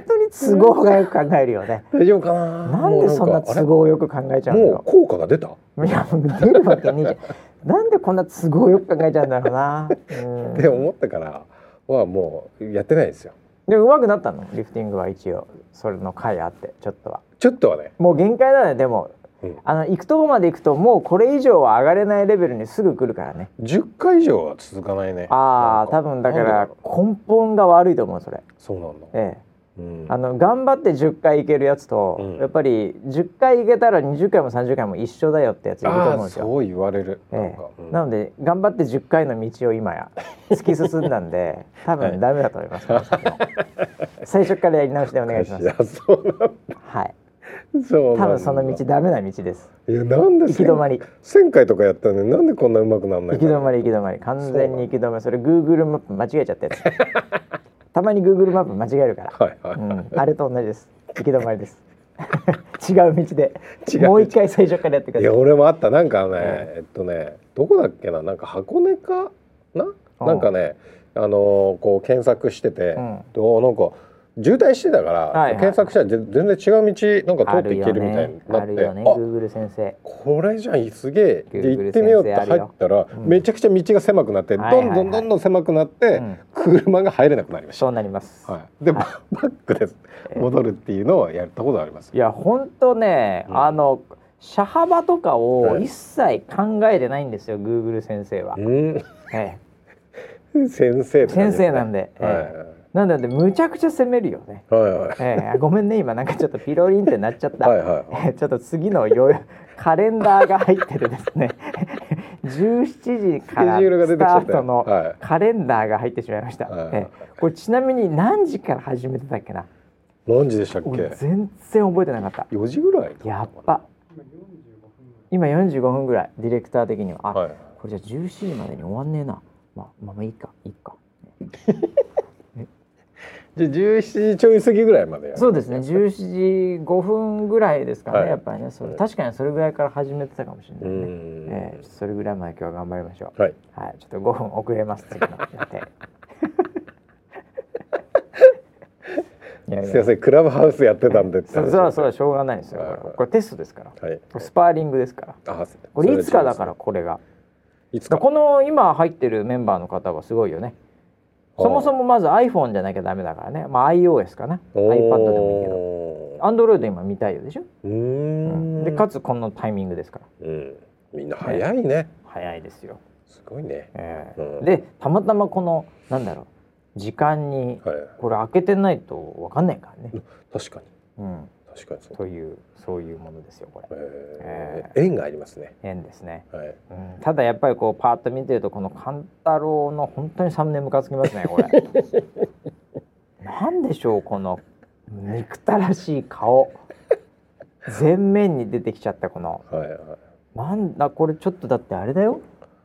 当に都合がよく考えるよね大丈夫かな。なんでそんもうなかあれ都合よく考えちゃうもうの効果が出たいやもう出るわけねえじゃんなんでこんな都合よく考えちゃうんだろうな、うんって思ったからはもうやってないですよ。でも上手くなったのリフティングは一応それの回あってちょっとはちょっとはねもう限界だねでも、うんあの行くとこまで行くともうこれ以上は上がれないレベルにすぐ来るからね10回以上は続かないねああな多分んだかなんらでだろ根本が悪いと思うそれうそうなんだ、ええうん、あの頑張って10回いけるやつと、うんやっぱり10回いけたら20回も30回も一緒だよってやついると思うんあーですよ。そう言われる、えなえんか、うんなので頑張って10回の道を今や突き進んだん で多分ダメだと思います、 最初からやり直しでお願いしまいすやそうなんだはいそうなんだ多分その道ダメな道ですいやなんで行き止まり1000回とかやったのになんでこんなうまくなんな行いきの止まり行き止まり完全に行き止まりそれ Google マップ間違えちゃ ったやつたまに Google マップ間違えるからはいはい、うん、あれと同じです。行き止まり です。違う道で違う道もう一回最初からやってくだいさやい。俺もあったなんかね、ええっとねどこだっけななんか箱根かななんかねあのーこう検索してて、うんでおなんか渋滞してたから、はいはい検索したらぜ全然違う道なんかあ通ってるいよけるみたいにね。なあって、るよね。あ Google 先生。これじゃんすげえで Google 行ってみようって入ったら、うんめちゃくちゃ道が狭くなって、はいはいはいどんどんどんどん狭くなって、うん車が入れなくなりました。そうなります。はい、で、ババックでえ戻るっていうのをやったことありますい、。や本当ね、うんあの車幅とかをはい一切考えてないんですよ。Google 先生は。うん、え先生、え先生なん。で。はいええなんでなんでむちゃくちゃ責めるよね。はいはいはいええごめんね今なんかちょっとピロリンってなっちゃった。はいはい。えーちょっと次のよカレンダーが入っててですね 17時からスケジュールが出スてタきちゃったよートのはいカレンダーが入ってしまいました、はいえーこれちなみに何時から始めてたっけな何時でしたっ俺け？全然覚えてなかった四時ぐらい。やっぱ今45分ぐらいディレクター的にはあ、はい。これじゃあ17時までに終わんねえなまあまあまあいいかいいかじゃ十七時ちょい過ぎぐらいまでやる。そうですね17時5分ぐらいですかね、はいやっぱりねそれはい確かにそれぐらいから始めてたかもしれなういね、ん。えーちょっとそれぐらいまで今日は頑張りましょうはい。はい、ちょっと5分遅れます。 次の予定いやいやすいません、クラブハウスやってたんでってそ話。うそうそうしょうがないですよ。はいこれこれテストですから。こはい。れスパーリングですから。あ、これいつかだからこれが。いつだか。からこの今入ってるメンバーの方はすごいよね。あーそもそもまず iPhone じゃなきゃダメだからね。まあ iOS かな。おー iPad でもいいけど。Android 今見たいよでしょ。うーうんん。でかつこのタイミングですから。うん。みんな早いね。早いですよ。すごいね。ええうんでたまたまこのなんだろう時間にはい。これ開けてないとわかんないからね。確かに。うん。確かにそう。というそういうものですよこれえー、縁がありますね。縁ですね、はい。うん、ただやっぱりこうパーッと見てるとこの勘太郎の本当に3年ムカつきますねこれ なんでしょうこの憎たらしい顔全面に出てきちゃったこのはいはなんだこれちょっとだってあれだよ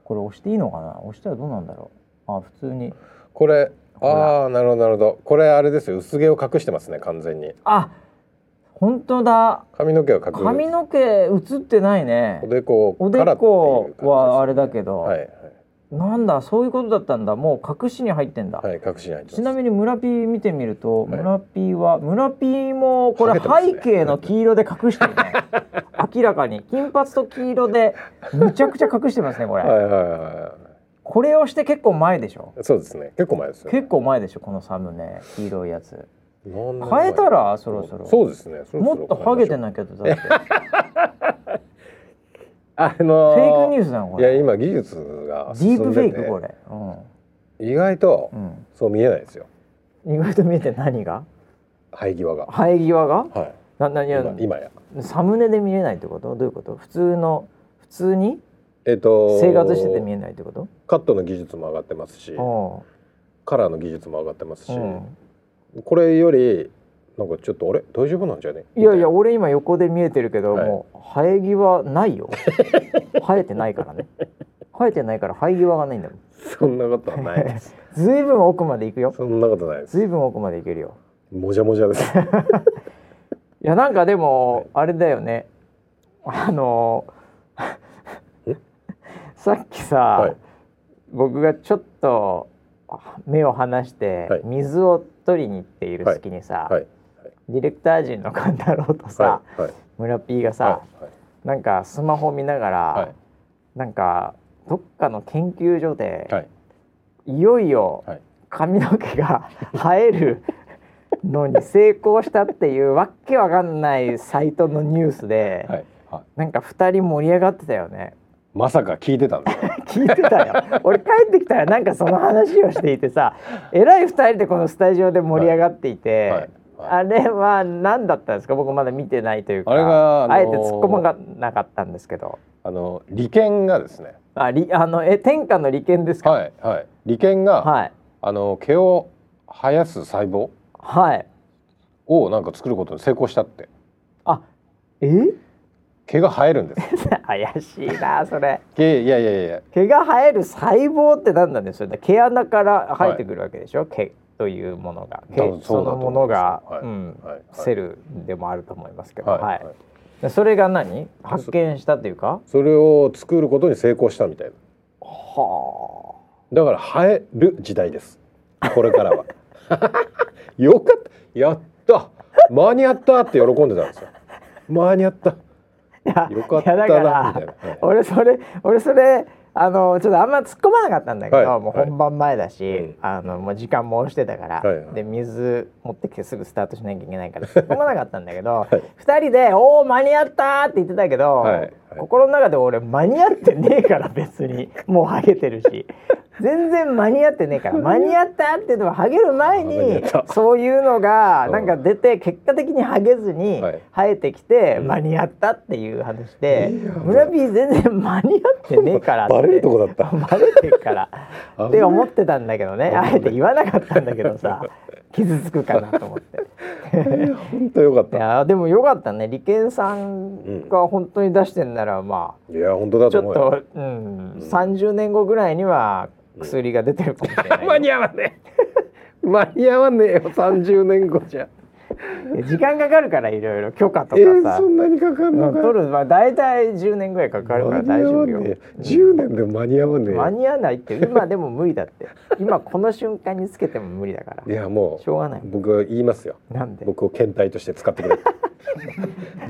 これ押していいのかな押したらどうなんだろうあ普通にい。これ。ほらああ、なるほど、なるほど。これあれですよ。薄毛を隠してますね、完全に。あ本当だ髪の毛を隠す。髪の毛映ってないねおでこおかでらっていうこ感じですはあれだけど、はいはいなんだそういうことだったんだもう隠しに入ってんだ、はい隠しないとちなみに村ピー見てみると、はい村ピーは村ピーもこれかけてます背ね景の黄色で隠してるね 明らかに金髪と黄色でむちゃくちゃ隠してますねこれ、はいはいはこれをして結構前でしょいそうですね結構前ですよ結構前でしょこのサムネ黄色いやつ何年前変えたらそろそろそうですねそろそもろっとハゲていなきゃだってフェイあのクニューースだよこいやれ今技術がデ進ィんープフェでイクこてれうん、意外とうんそう見えないですよ意外と見えて何が生え際がは生え際がいな何や今今やサムネで見れないってことどういうこと普通の普通にえっと生活してて見えないってことカットの技術も上がってますしおカラーの技術も上がってますしう、うんこれよりなんかちょっとあれ大丈夫なんじゃねいやいや俺今横で見えてるけど、はいもう生え際ない よ生えてないからね生えてないから生え際がないんだもんそんなことはないです ずいぶん奥まで行くよそんなことないですずいぶん奥まで行けるよもじゃもじゃですいやなんかでもあれだよねあの さっきさ、はい僕がちょっと目を離してはい水を取りに行っている隙にさ、はいディレクター陣の勘太郎とさ、はいはい村 P がさ、はいはいなんかスマホ見ながら、はいなんかどっかの研究所で、はいい、よいよはい髪の毛が生えるのに成功したっていうわっけわかんないサイトのニュースで、はい、はい、なんか2人盛り上がってたよね まさか聞いてたんですよ聞いてたよ俺帰ってきたらなんかその話をしていてさえらい2人でこのスタジオで盛り上がっていて、はいはいあれは何だったんですか僕まだ見てないというかあれがあのーあえて突っ込まがなかったんですけどあの利権がですねありあのえ天下の利権ですかはいはい利権が、はいあの毛を生やす細胞はいをなんか作ることに成功したってあえ 毛が生えるんです怪しいなそれ毛いやいやいや毛が生える細胞って何なんでしょうね毛穴から生えてくるわけでしょ、毛というものが毛多分そうだとの思もいのますが、はいうんはいセルでもあると思いますけど、ははいいはいでそれが何発見したというかそれを作ることに成功したみたいなはだから生える時代ですこれからは よかったやった間に合ったって喜んでたんですよ間に合ったあいやよかったいなやだからみたいなはい俺それ俺それあのちょっとあんま突っ込まなかったんだけど、はいもう本番前だし、うんあのもう時間も押してたから、はいはいで水持ってきてすぐスタートしなきゃいけないから突っ込まなかったんだけ ど、二2人で「おお間に合った!」って言ってたけど、はいはい心の中で俺間に合ってねえから別にもうハゲてるし。全然間に合ってねえ から間に合ったって言ってもハゲる前間に合にったそういうのがうんなんか出て結果的にハゲずにはい生えてきて間に合ったっていう話で村 P 全然間に合ってねえからってバレるとこだった バレてるから危ないって思ってたんだけどねあえて言わなかったんだけど さ傷つくかなと思って本当よかいったやーでもよかったね利権さんが本当に出してんならまいや本当だあちとょ思っうよと、うん、30年後ぐらいには薬が出てるかもしれない間に合わね え間に合わねえよ30年後じゃね時間かかるからいろいろ許可とかえー、さそんなにかかんのか取るまあ大体10年ぐらいかかるから間大に合丈わ夫ねよえ10年で間に合わねえ間よに合わないって今でも無理だって今この瞬間につけても無理だからいやもしょうがないう僕は言いますよなんで僕を検体として使 ってくれ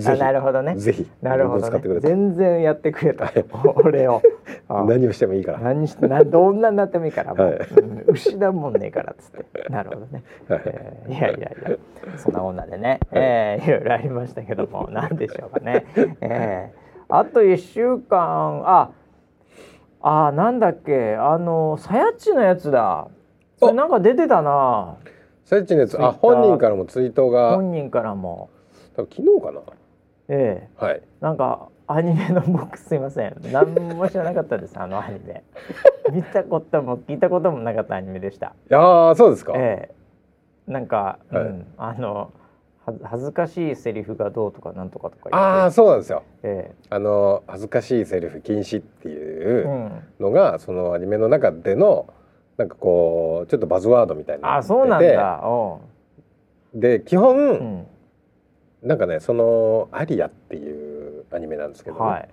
あなるほどねぜひなるほど、僕を使ってくね、れと全然やってくれた俺をあ何をしてもいいから何して などんなになってもいいからもう、はいうん失うもんねえからっつってなるほどね、はいえーいやいやいやそんな女でね、えーいろいろありましたけども何でしょうかね、えーあと1週間ああーなんだっけあのさやっちのやつだそれなんか出てたなさやっちのやつあ Twitter 本人からもツイートが本人からも多分昨日かなええはいなんかアニメの僕すいません何も知らなかったですあのアニメ見たことも聞いたこともなかったアニメでしたいやーそうですか、ええなんか、はいうん、あのは恥ずかしいセリフがどうとかなんとかとか言あっあそうなんですよて、えあの恥ずかしいセリフ禁止ってえいううん、のが、そのアニメの中でのなんかこうちょっとバズワードみたいになあっててそうなんだおで基う、う本、ん、なんかねその「アリア」っていうアニメなんですけどね、はい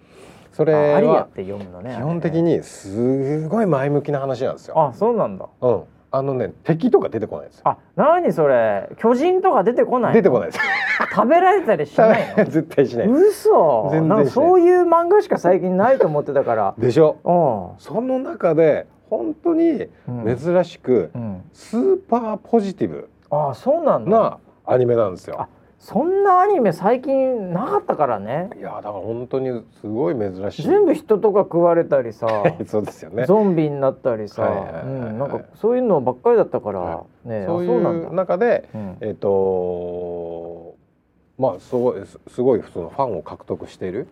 それあアリアっはて読むのね基本的あれねにすごい前向きな話なんですよ。あそうなんだうん、あのね敵とか出てこないんですよ。あ何それ巨人とか出てこない出てこないです。食べられたりしないの 絶対しない。嘘全然しないなんかそういう漫画しか最近ないと思ってたからでしょうんその中で本当にうん珍しくうん、スーパーポジティブあそうなんだなアニメなんですよあ。そんなアニメ最近なかったからねいやだから本当にすごい珍しい。全部人とか食われたりさそうですよね。ゾンビになったりさ、はいはいはいはいうん、なんかそういうのばっかりだったから、はねあそういそうなんだう、中でうんえっ、とまあすごいすごいそのファンを獲得している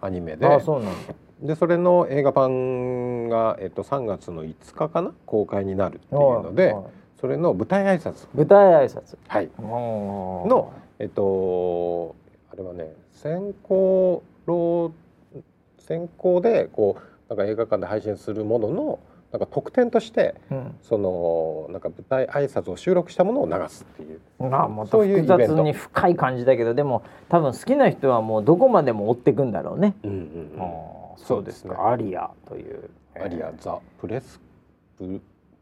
アニメうで。ん、あそうなんだでそれの映画版が、えっと、3月の5日かな公開になるっていうのではいはいそれの舞台挨拶、舞台挨拶はい、ののえっとあれはね先行ロー先行でこうなんか映画館で配信するもののなんか特典としてうん、そのなんか舞台挨拶を収録したものを流すっていうまあまたそういうイベ複ント雑に深い感じだけどでも多分好きな人はもうどこまでも追っていくんだろうね、 「うんあーそうですねかアリアというアリア・ザ・プレスプ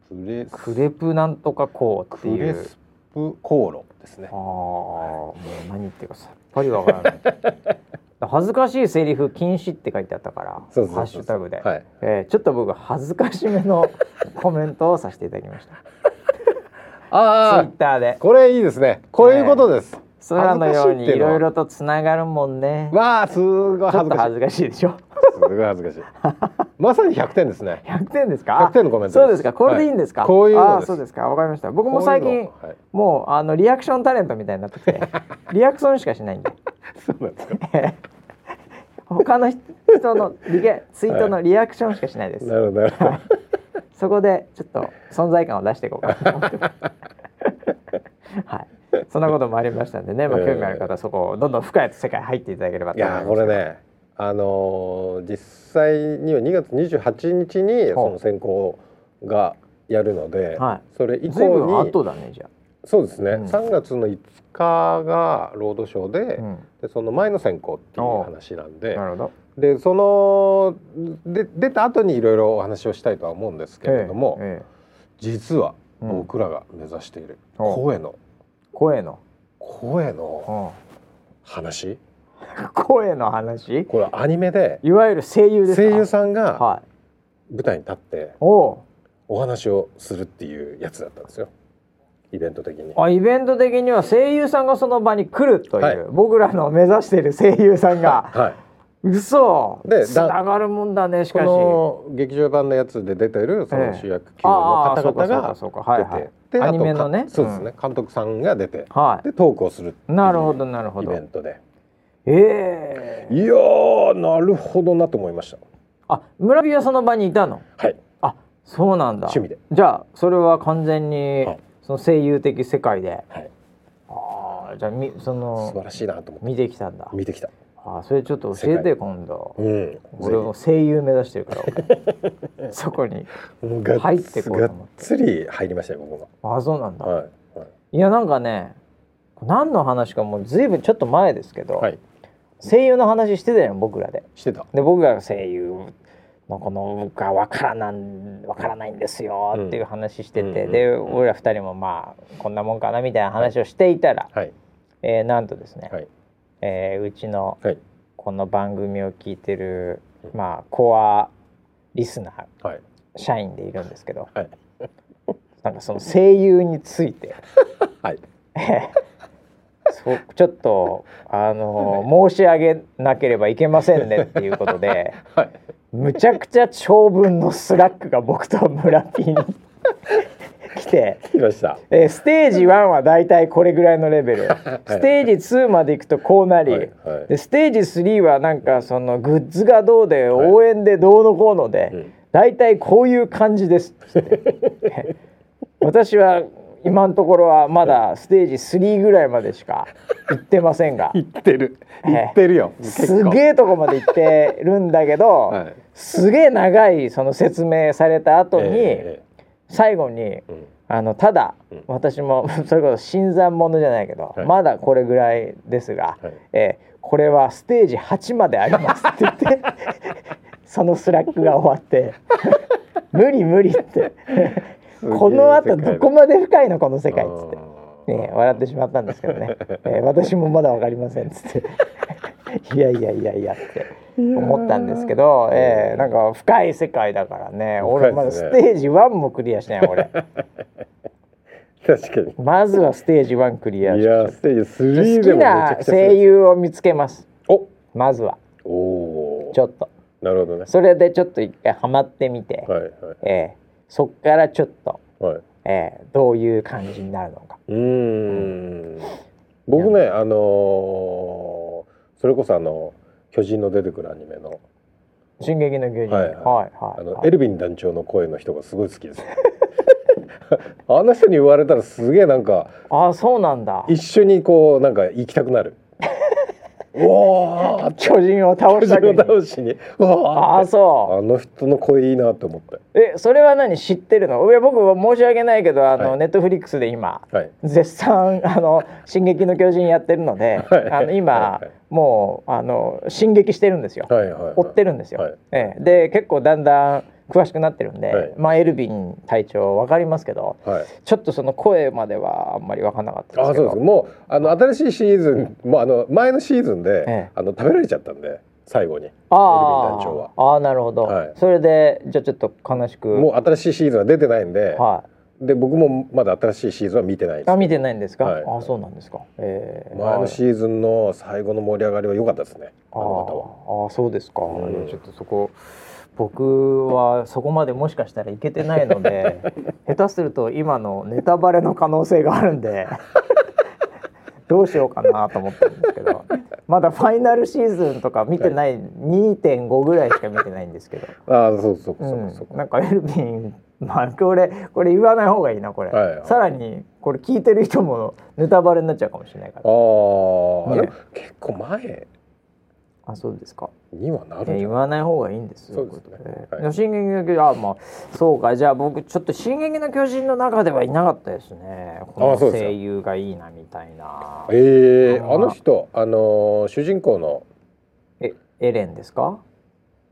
プレスクレプなんとかこうってクいレうスプ航路」ですねああ。もう何言ってるかさっぱりわからない 恥ずかしいセリフ禁止って書いてあったからそうそうそうそうハッシュタグで、はい えーちょっと僕恥ずかしめのコメントをさせていただきましたツイあッターであこれいいですねこういうことです、空のように恥ずかしいっていいうのはろいろとつながるもんねわあすごいちょ恥っずとかし恥いずかしいでしょすごい恥ずかしいまさに100点ですね100点ですか100点のコメントそうですかこれでいいんですか、はいこういうあのでーすそうですかわかりました僕も最こういう近のはいもうあのリアクションタレントみたいになってき てリアクションしかしないんでそうなんですか他の人のリゲツイートのリアクションしかしないです、なるほどなるほどそこでちょっと存在感を出していこうかなと思って ますはいそんなこともありましたんでね、まあ、ええ興味ある方はそこをどんどん深い世界入っていただければいと思いまやすーこれねあのー実際には2月28日にほうその選考がやるので、はそれ以随分降に後だねじゃそうですね、うん3月の5日がロードショーで,、あ、うん、でその前の選考っていう話なんでなるほどでそので出た後にいろいろお話をしたいとは思うんですけれども、えええ実はうん僕らが目指しているほう声の、え声の、声のう話ん、声の話これアニメでいわゆる声優ですか声優さんがはい舞台に立っておお話をするっていうやつだったんですよイベント的にう。あイベント的には声優さんがその場に来るという、はい僕らの目指している声優さん がはい、嘘でだつながるもんだねしかしこの劇場版のやつで出てるその主役級の方々ああがそうかそうかそうかはい出はいてでアあニとメかのねそうですね、監督さんが出てはでトークをするっていいうなるほどなるほイどベントでええいやーなるほどなと思いましたあ村人はその場にいたのはいあそうなんだ趣味でじゃあそれは完全に、はいその声優的世界ではいああじゃあみそ素晴のらしいなと思って見てきたんだ見てきたあーそれちょっと教え世て界今度うん俺も声優目指してるから俺 そこにもうがっ入ってこうがとっ思ってつり入りましたよ僕ああそうなんだ、もはいはいいやなんかね何の話かもうずいぶんちょっと前ですけど、はい声優の話してたよ僕らでしてたで僕が声優のこの僕は分からなん分からないんですよっていう話してて、うんでうんうん俺ら二人もまあこんなもんかなみたいな話をしていたら、はいえーなんとですね、はいえーうちのはいこの番組を聞いてるうんまあコアリスナーはい社員でいるんですけど、 はいなんかその声優につい てはいそうちょっとあの申し上げなければいけませんねっていうことではいむちゃくちゃ長文のスラックが僕と村ピ ーに来て、いましたえーステージ1はだいたいこれぐらいのレベル、ステージ2まで行くとこうなり、はいはいでステージ3はなんかそのグッズがどうで応援でどうのこうので、うんだいたいこういう感じですっつって私は今のところはまだステージ3ぐらいまでしか行ってません が言ってるええ言ってるよす結構げえとこまで行ってるんだけど、 はいすげえ長いその説明された後に、え最後にえええうんあのただ、うん私も それこそ新参者じゃないけど、はいまだこれぐらいですが、はいえーこれはステージ8までありますって言って そのスラックが終わって 「無理無理」 って「げえこのあとどこまで深いのこの世界」っつって。うねえ、笑ってしまったんですけどね、 えー私もまだ分かりませんっつって いやいやいやいやって思ったんですけど、えーなんか深い世界だからね俺ま深だいですスねテージ1もクリアしない俺ん確かにまずはステージ1クリアいしてやーステージ3で好きもめちゃなくちゃ声優を見つけますおまずはおおちょっとなるほどねそれでちょっと一回ハマってみて、はいはえーそっからちょっと、いはいえーどういう感じになるのかうーん僕ねあのーそれこそあの巨人の出てくるアニメの「進撃の巨人」ははいはいいあはいのエルヴィン団長の声の人がすごい好きです あの人に言われたらすげえなんかあそうなんだ一緒にこうなんか行きたく なるうわー巨人を倒 巨した人くをに倒しにうわああーってそあの人の声いいなと思ってうえそれは何知ってるのいや僕は申し訳ないけどあの、はいネットフリックスで今はい絶賛あの「進撃の巨人」やってるので、 はいあの今、はいはいもうあの進撃してるんですよ、はいはい、はい、追ってるんですよ、はいええで結構だんだん詳しくなってるんで、はいまあエルヴィン隊長わかりますけどはいちょっとその声まではあんまりわかんなかったであすそうけどですもうあの新しいシーズンもうあの前のシーズンで、ええあの食べられちゃったんで最後にあエルヴィン団長あああなるほど、はいそれでじゃあちょっと悲しくもう新しいシーズンは出てないんで、はで僕もまだ新しいシーズンは見てないんですあ見てないんですか、はいあそうなんですか、えー、前のシーズンの最後の盛り上がりは良かったですねああの方はーあーそうですか、うんいやちょっとそこ僕はそこまでもしかしたらいけてないの で下手すると今のネタバレの可能性があるんで どうしようかなと思ってるんですけどまだファイナルシーズンとか見てない、2.5ぐらいしか見てないんですけど、ああそうそうそううんそう、なんかエルヴィンまあこれこれ言わない方がいいなこれ、はいはいさらにこれ聞いてる人もネタバレになっちゃうかもしれないからああ、ねでも結構前あそうですかにはないやるんじゃ言ないわない方がいいんですそうですねこいことはいでも進撃の巨人あまあそうかじゃあ僕ちょっと進撃の巨人の中ではいなかったですねこのそうですよ声優がいいなみたいなええあーあの人あのー主人公のえエレンですか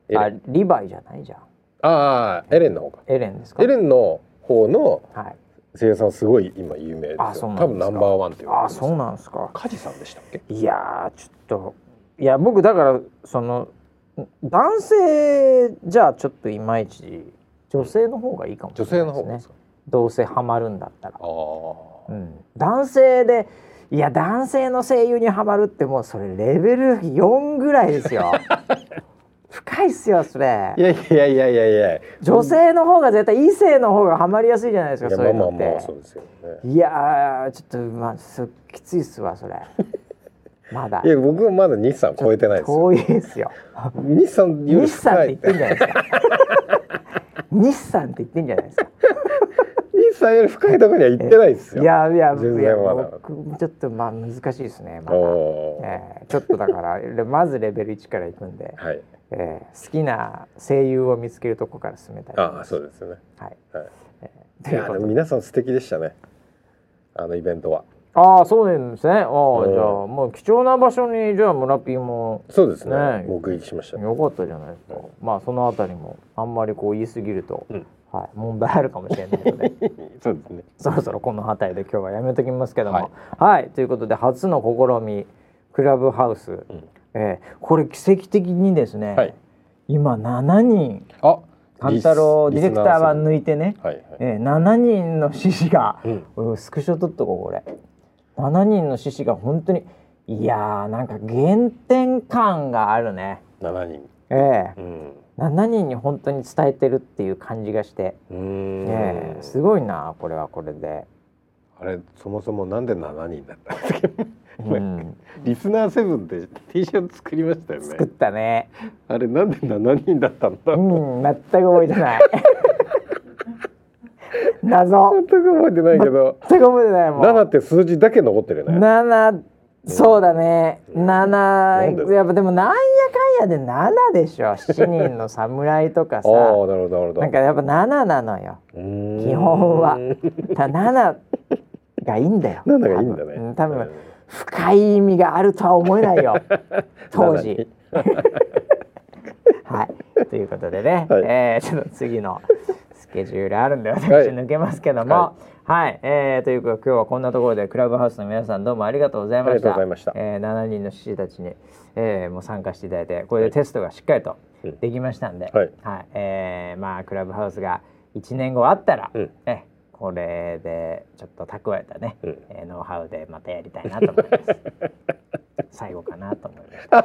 エレンあリヴァイじゃないじゃんああエレンの方かエレンですかエレンの方のはい声優さんすごい今有名ですよあそうなんですか多分ナンバーワンっていうあそうなんですか梶さんでしたっけいやーちょっといや僕だからその男性じゃちょっといまいち女性の方がいいかもしれないで女すね性の方ですかどうせハマるんだったらああうん、男性でいや男性の声優にはまるってもうそれレベル4ぐらいです よ深いっすよそれいやいやいやいやいやい女性の方が絶対異性の方がはまりやすいじゃないですかやそういまあうまのあって、まあそうですよねいやーちょっとまあすきついっすわそれまだいや僕はまだ日産超えてないですよ遠いっすよ日産より日産っ深て言いってんじゃないですか日産って言ってんじゃないですか日産より深いところには行ってないですよいやいや全然いやまだ僕ちょっとまあ難しいですねまだおーえーちょっとだからレまずレベル1からいくんで、はいえー好きな声優を見つけるとこから進めたいと思いああますそうですよねはい、はいといいうやこでともで皆さん素敵でしたねあのイベントはああそうなんですねああじゃあうんもう貴重な場所にじゃあ村ピーもそうですねねえ目撃しましたよかったじゃないですかまあそのあたりもあんまりこう言い過ぎると、うんはい、問題あるかもしれないの でそうですねそろそろこの辺りで今日はやめときますけどもはい、ということで初の試みクラブハウス、んえーこれ奇跡的にですね、はい今7人あ勘太郎ディレクターはは抜いてね、いはいえー、7人の獅子が、うん俺スクショ撮っとこうこれ7人の獅子が本当にいやーなんか原点感があるね、 7人えーうん7人に本当に伝えてるっていう感じがして、うーんえーすごいなこれはこれで、あれそもそもなんで7人だったんですか うん、リスナーセブンで T シャツ作りましたよね作ったね、あれなんで7人だったんだう、ろうん全く覚えて ない謎全く覚えてないけど全く覚えてないもん7って数字だけ残ってるよね7そうだね、なん7でやっぱでもなんやかんやで7でしょ7人 の侍とかあさあーなるほどなるほどなんかやっぱ7なのようーん基本はた7がいいんだよ7がいいんだね多分,、うん、多うん分深い意味があるとは思えない よ当時はいということでね、はいえーちょっと次のスケジュールあるんで私はい抜けますけどもはい、えーというか今日はこんなところでクラブハウスの皆さんどうもありがとうございましたありがとうございましたえー7人の獅子たちに、えーもう参加していただいてこれでテストがしっかりとうんできましたんで、はいえーまあクラブハウスが1年後あったら、うんえこれでちょっと蓄えたね、うんえーノウハウでまたやりたいなと思いま す最後かなと思いま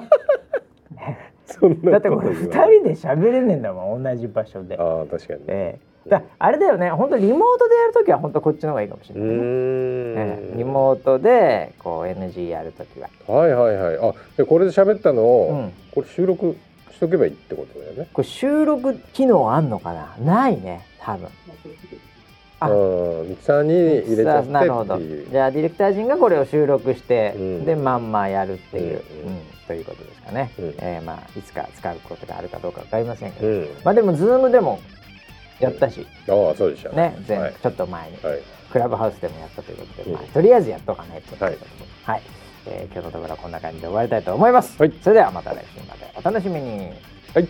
すそんだなってこことれ言2わない人で喋れねえんだもん同じ場所で。ああ確かにねええだあれだよね本当リモートでやるときは本当こっちの方がいいかもしうれないね、えーえんリモートでこう NG やるときは、はいはいはいあでこれで喋ったのうをん、これ収録しとけばいいってことだよねこれ収録機能あんのかなないね多分あうんミキサーに入れちさゃあってなるほっどていうじゃあディレクター陣がこれを収録して、うんでまんまやるっていう、うんうんということですかね、うんええまあいつか使うことがあるかどうかわかりませんけど、うんまあでも Zoom でもやったし、ああそうでしたね前はいちょっと前にはいクラブハウスでもやったということで、まあうんとりあえずやっとかないと。はいはい、えー今日のところはこんな感じで終わりたいと思います。はいそれではまた来週までお楽しみに。はい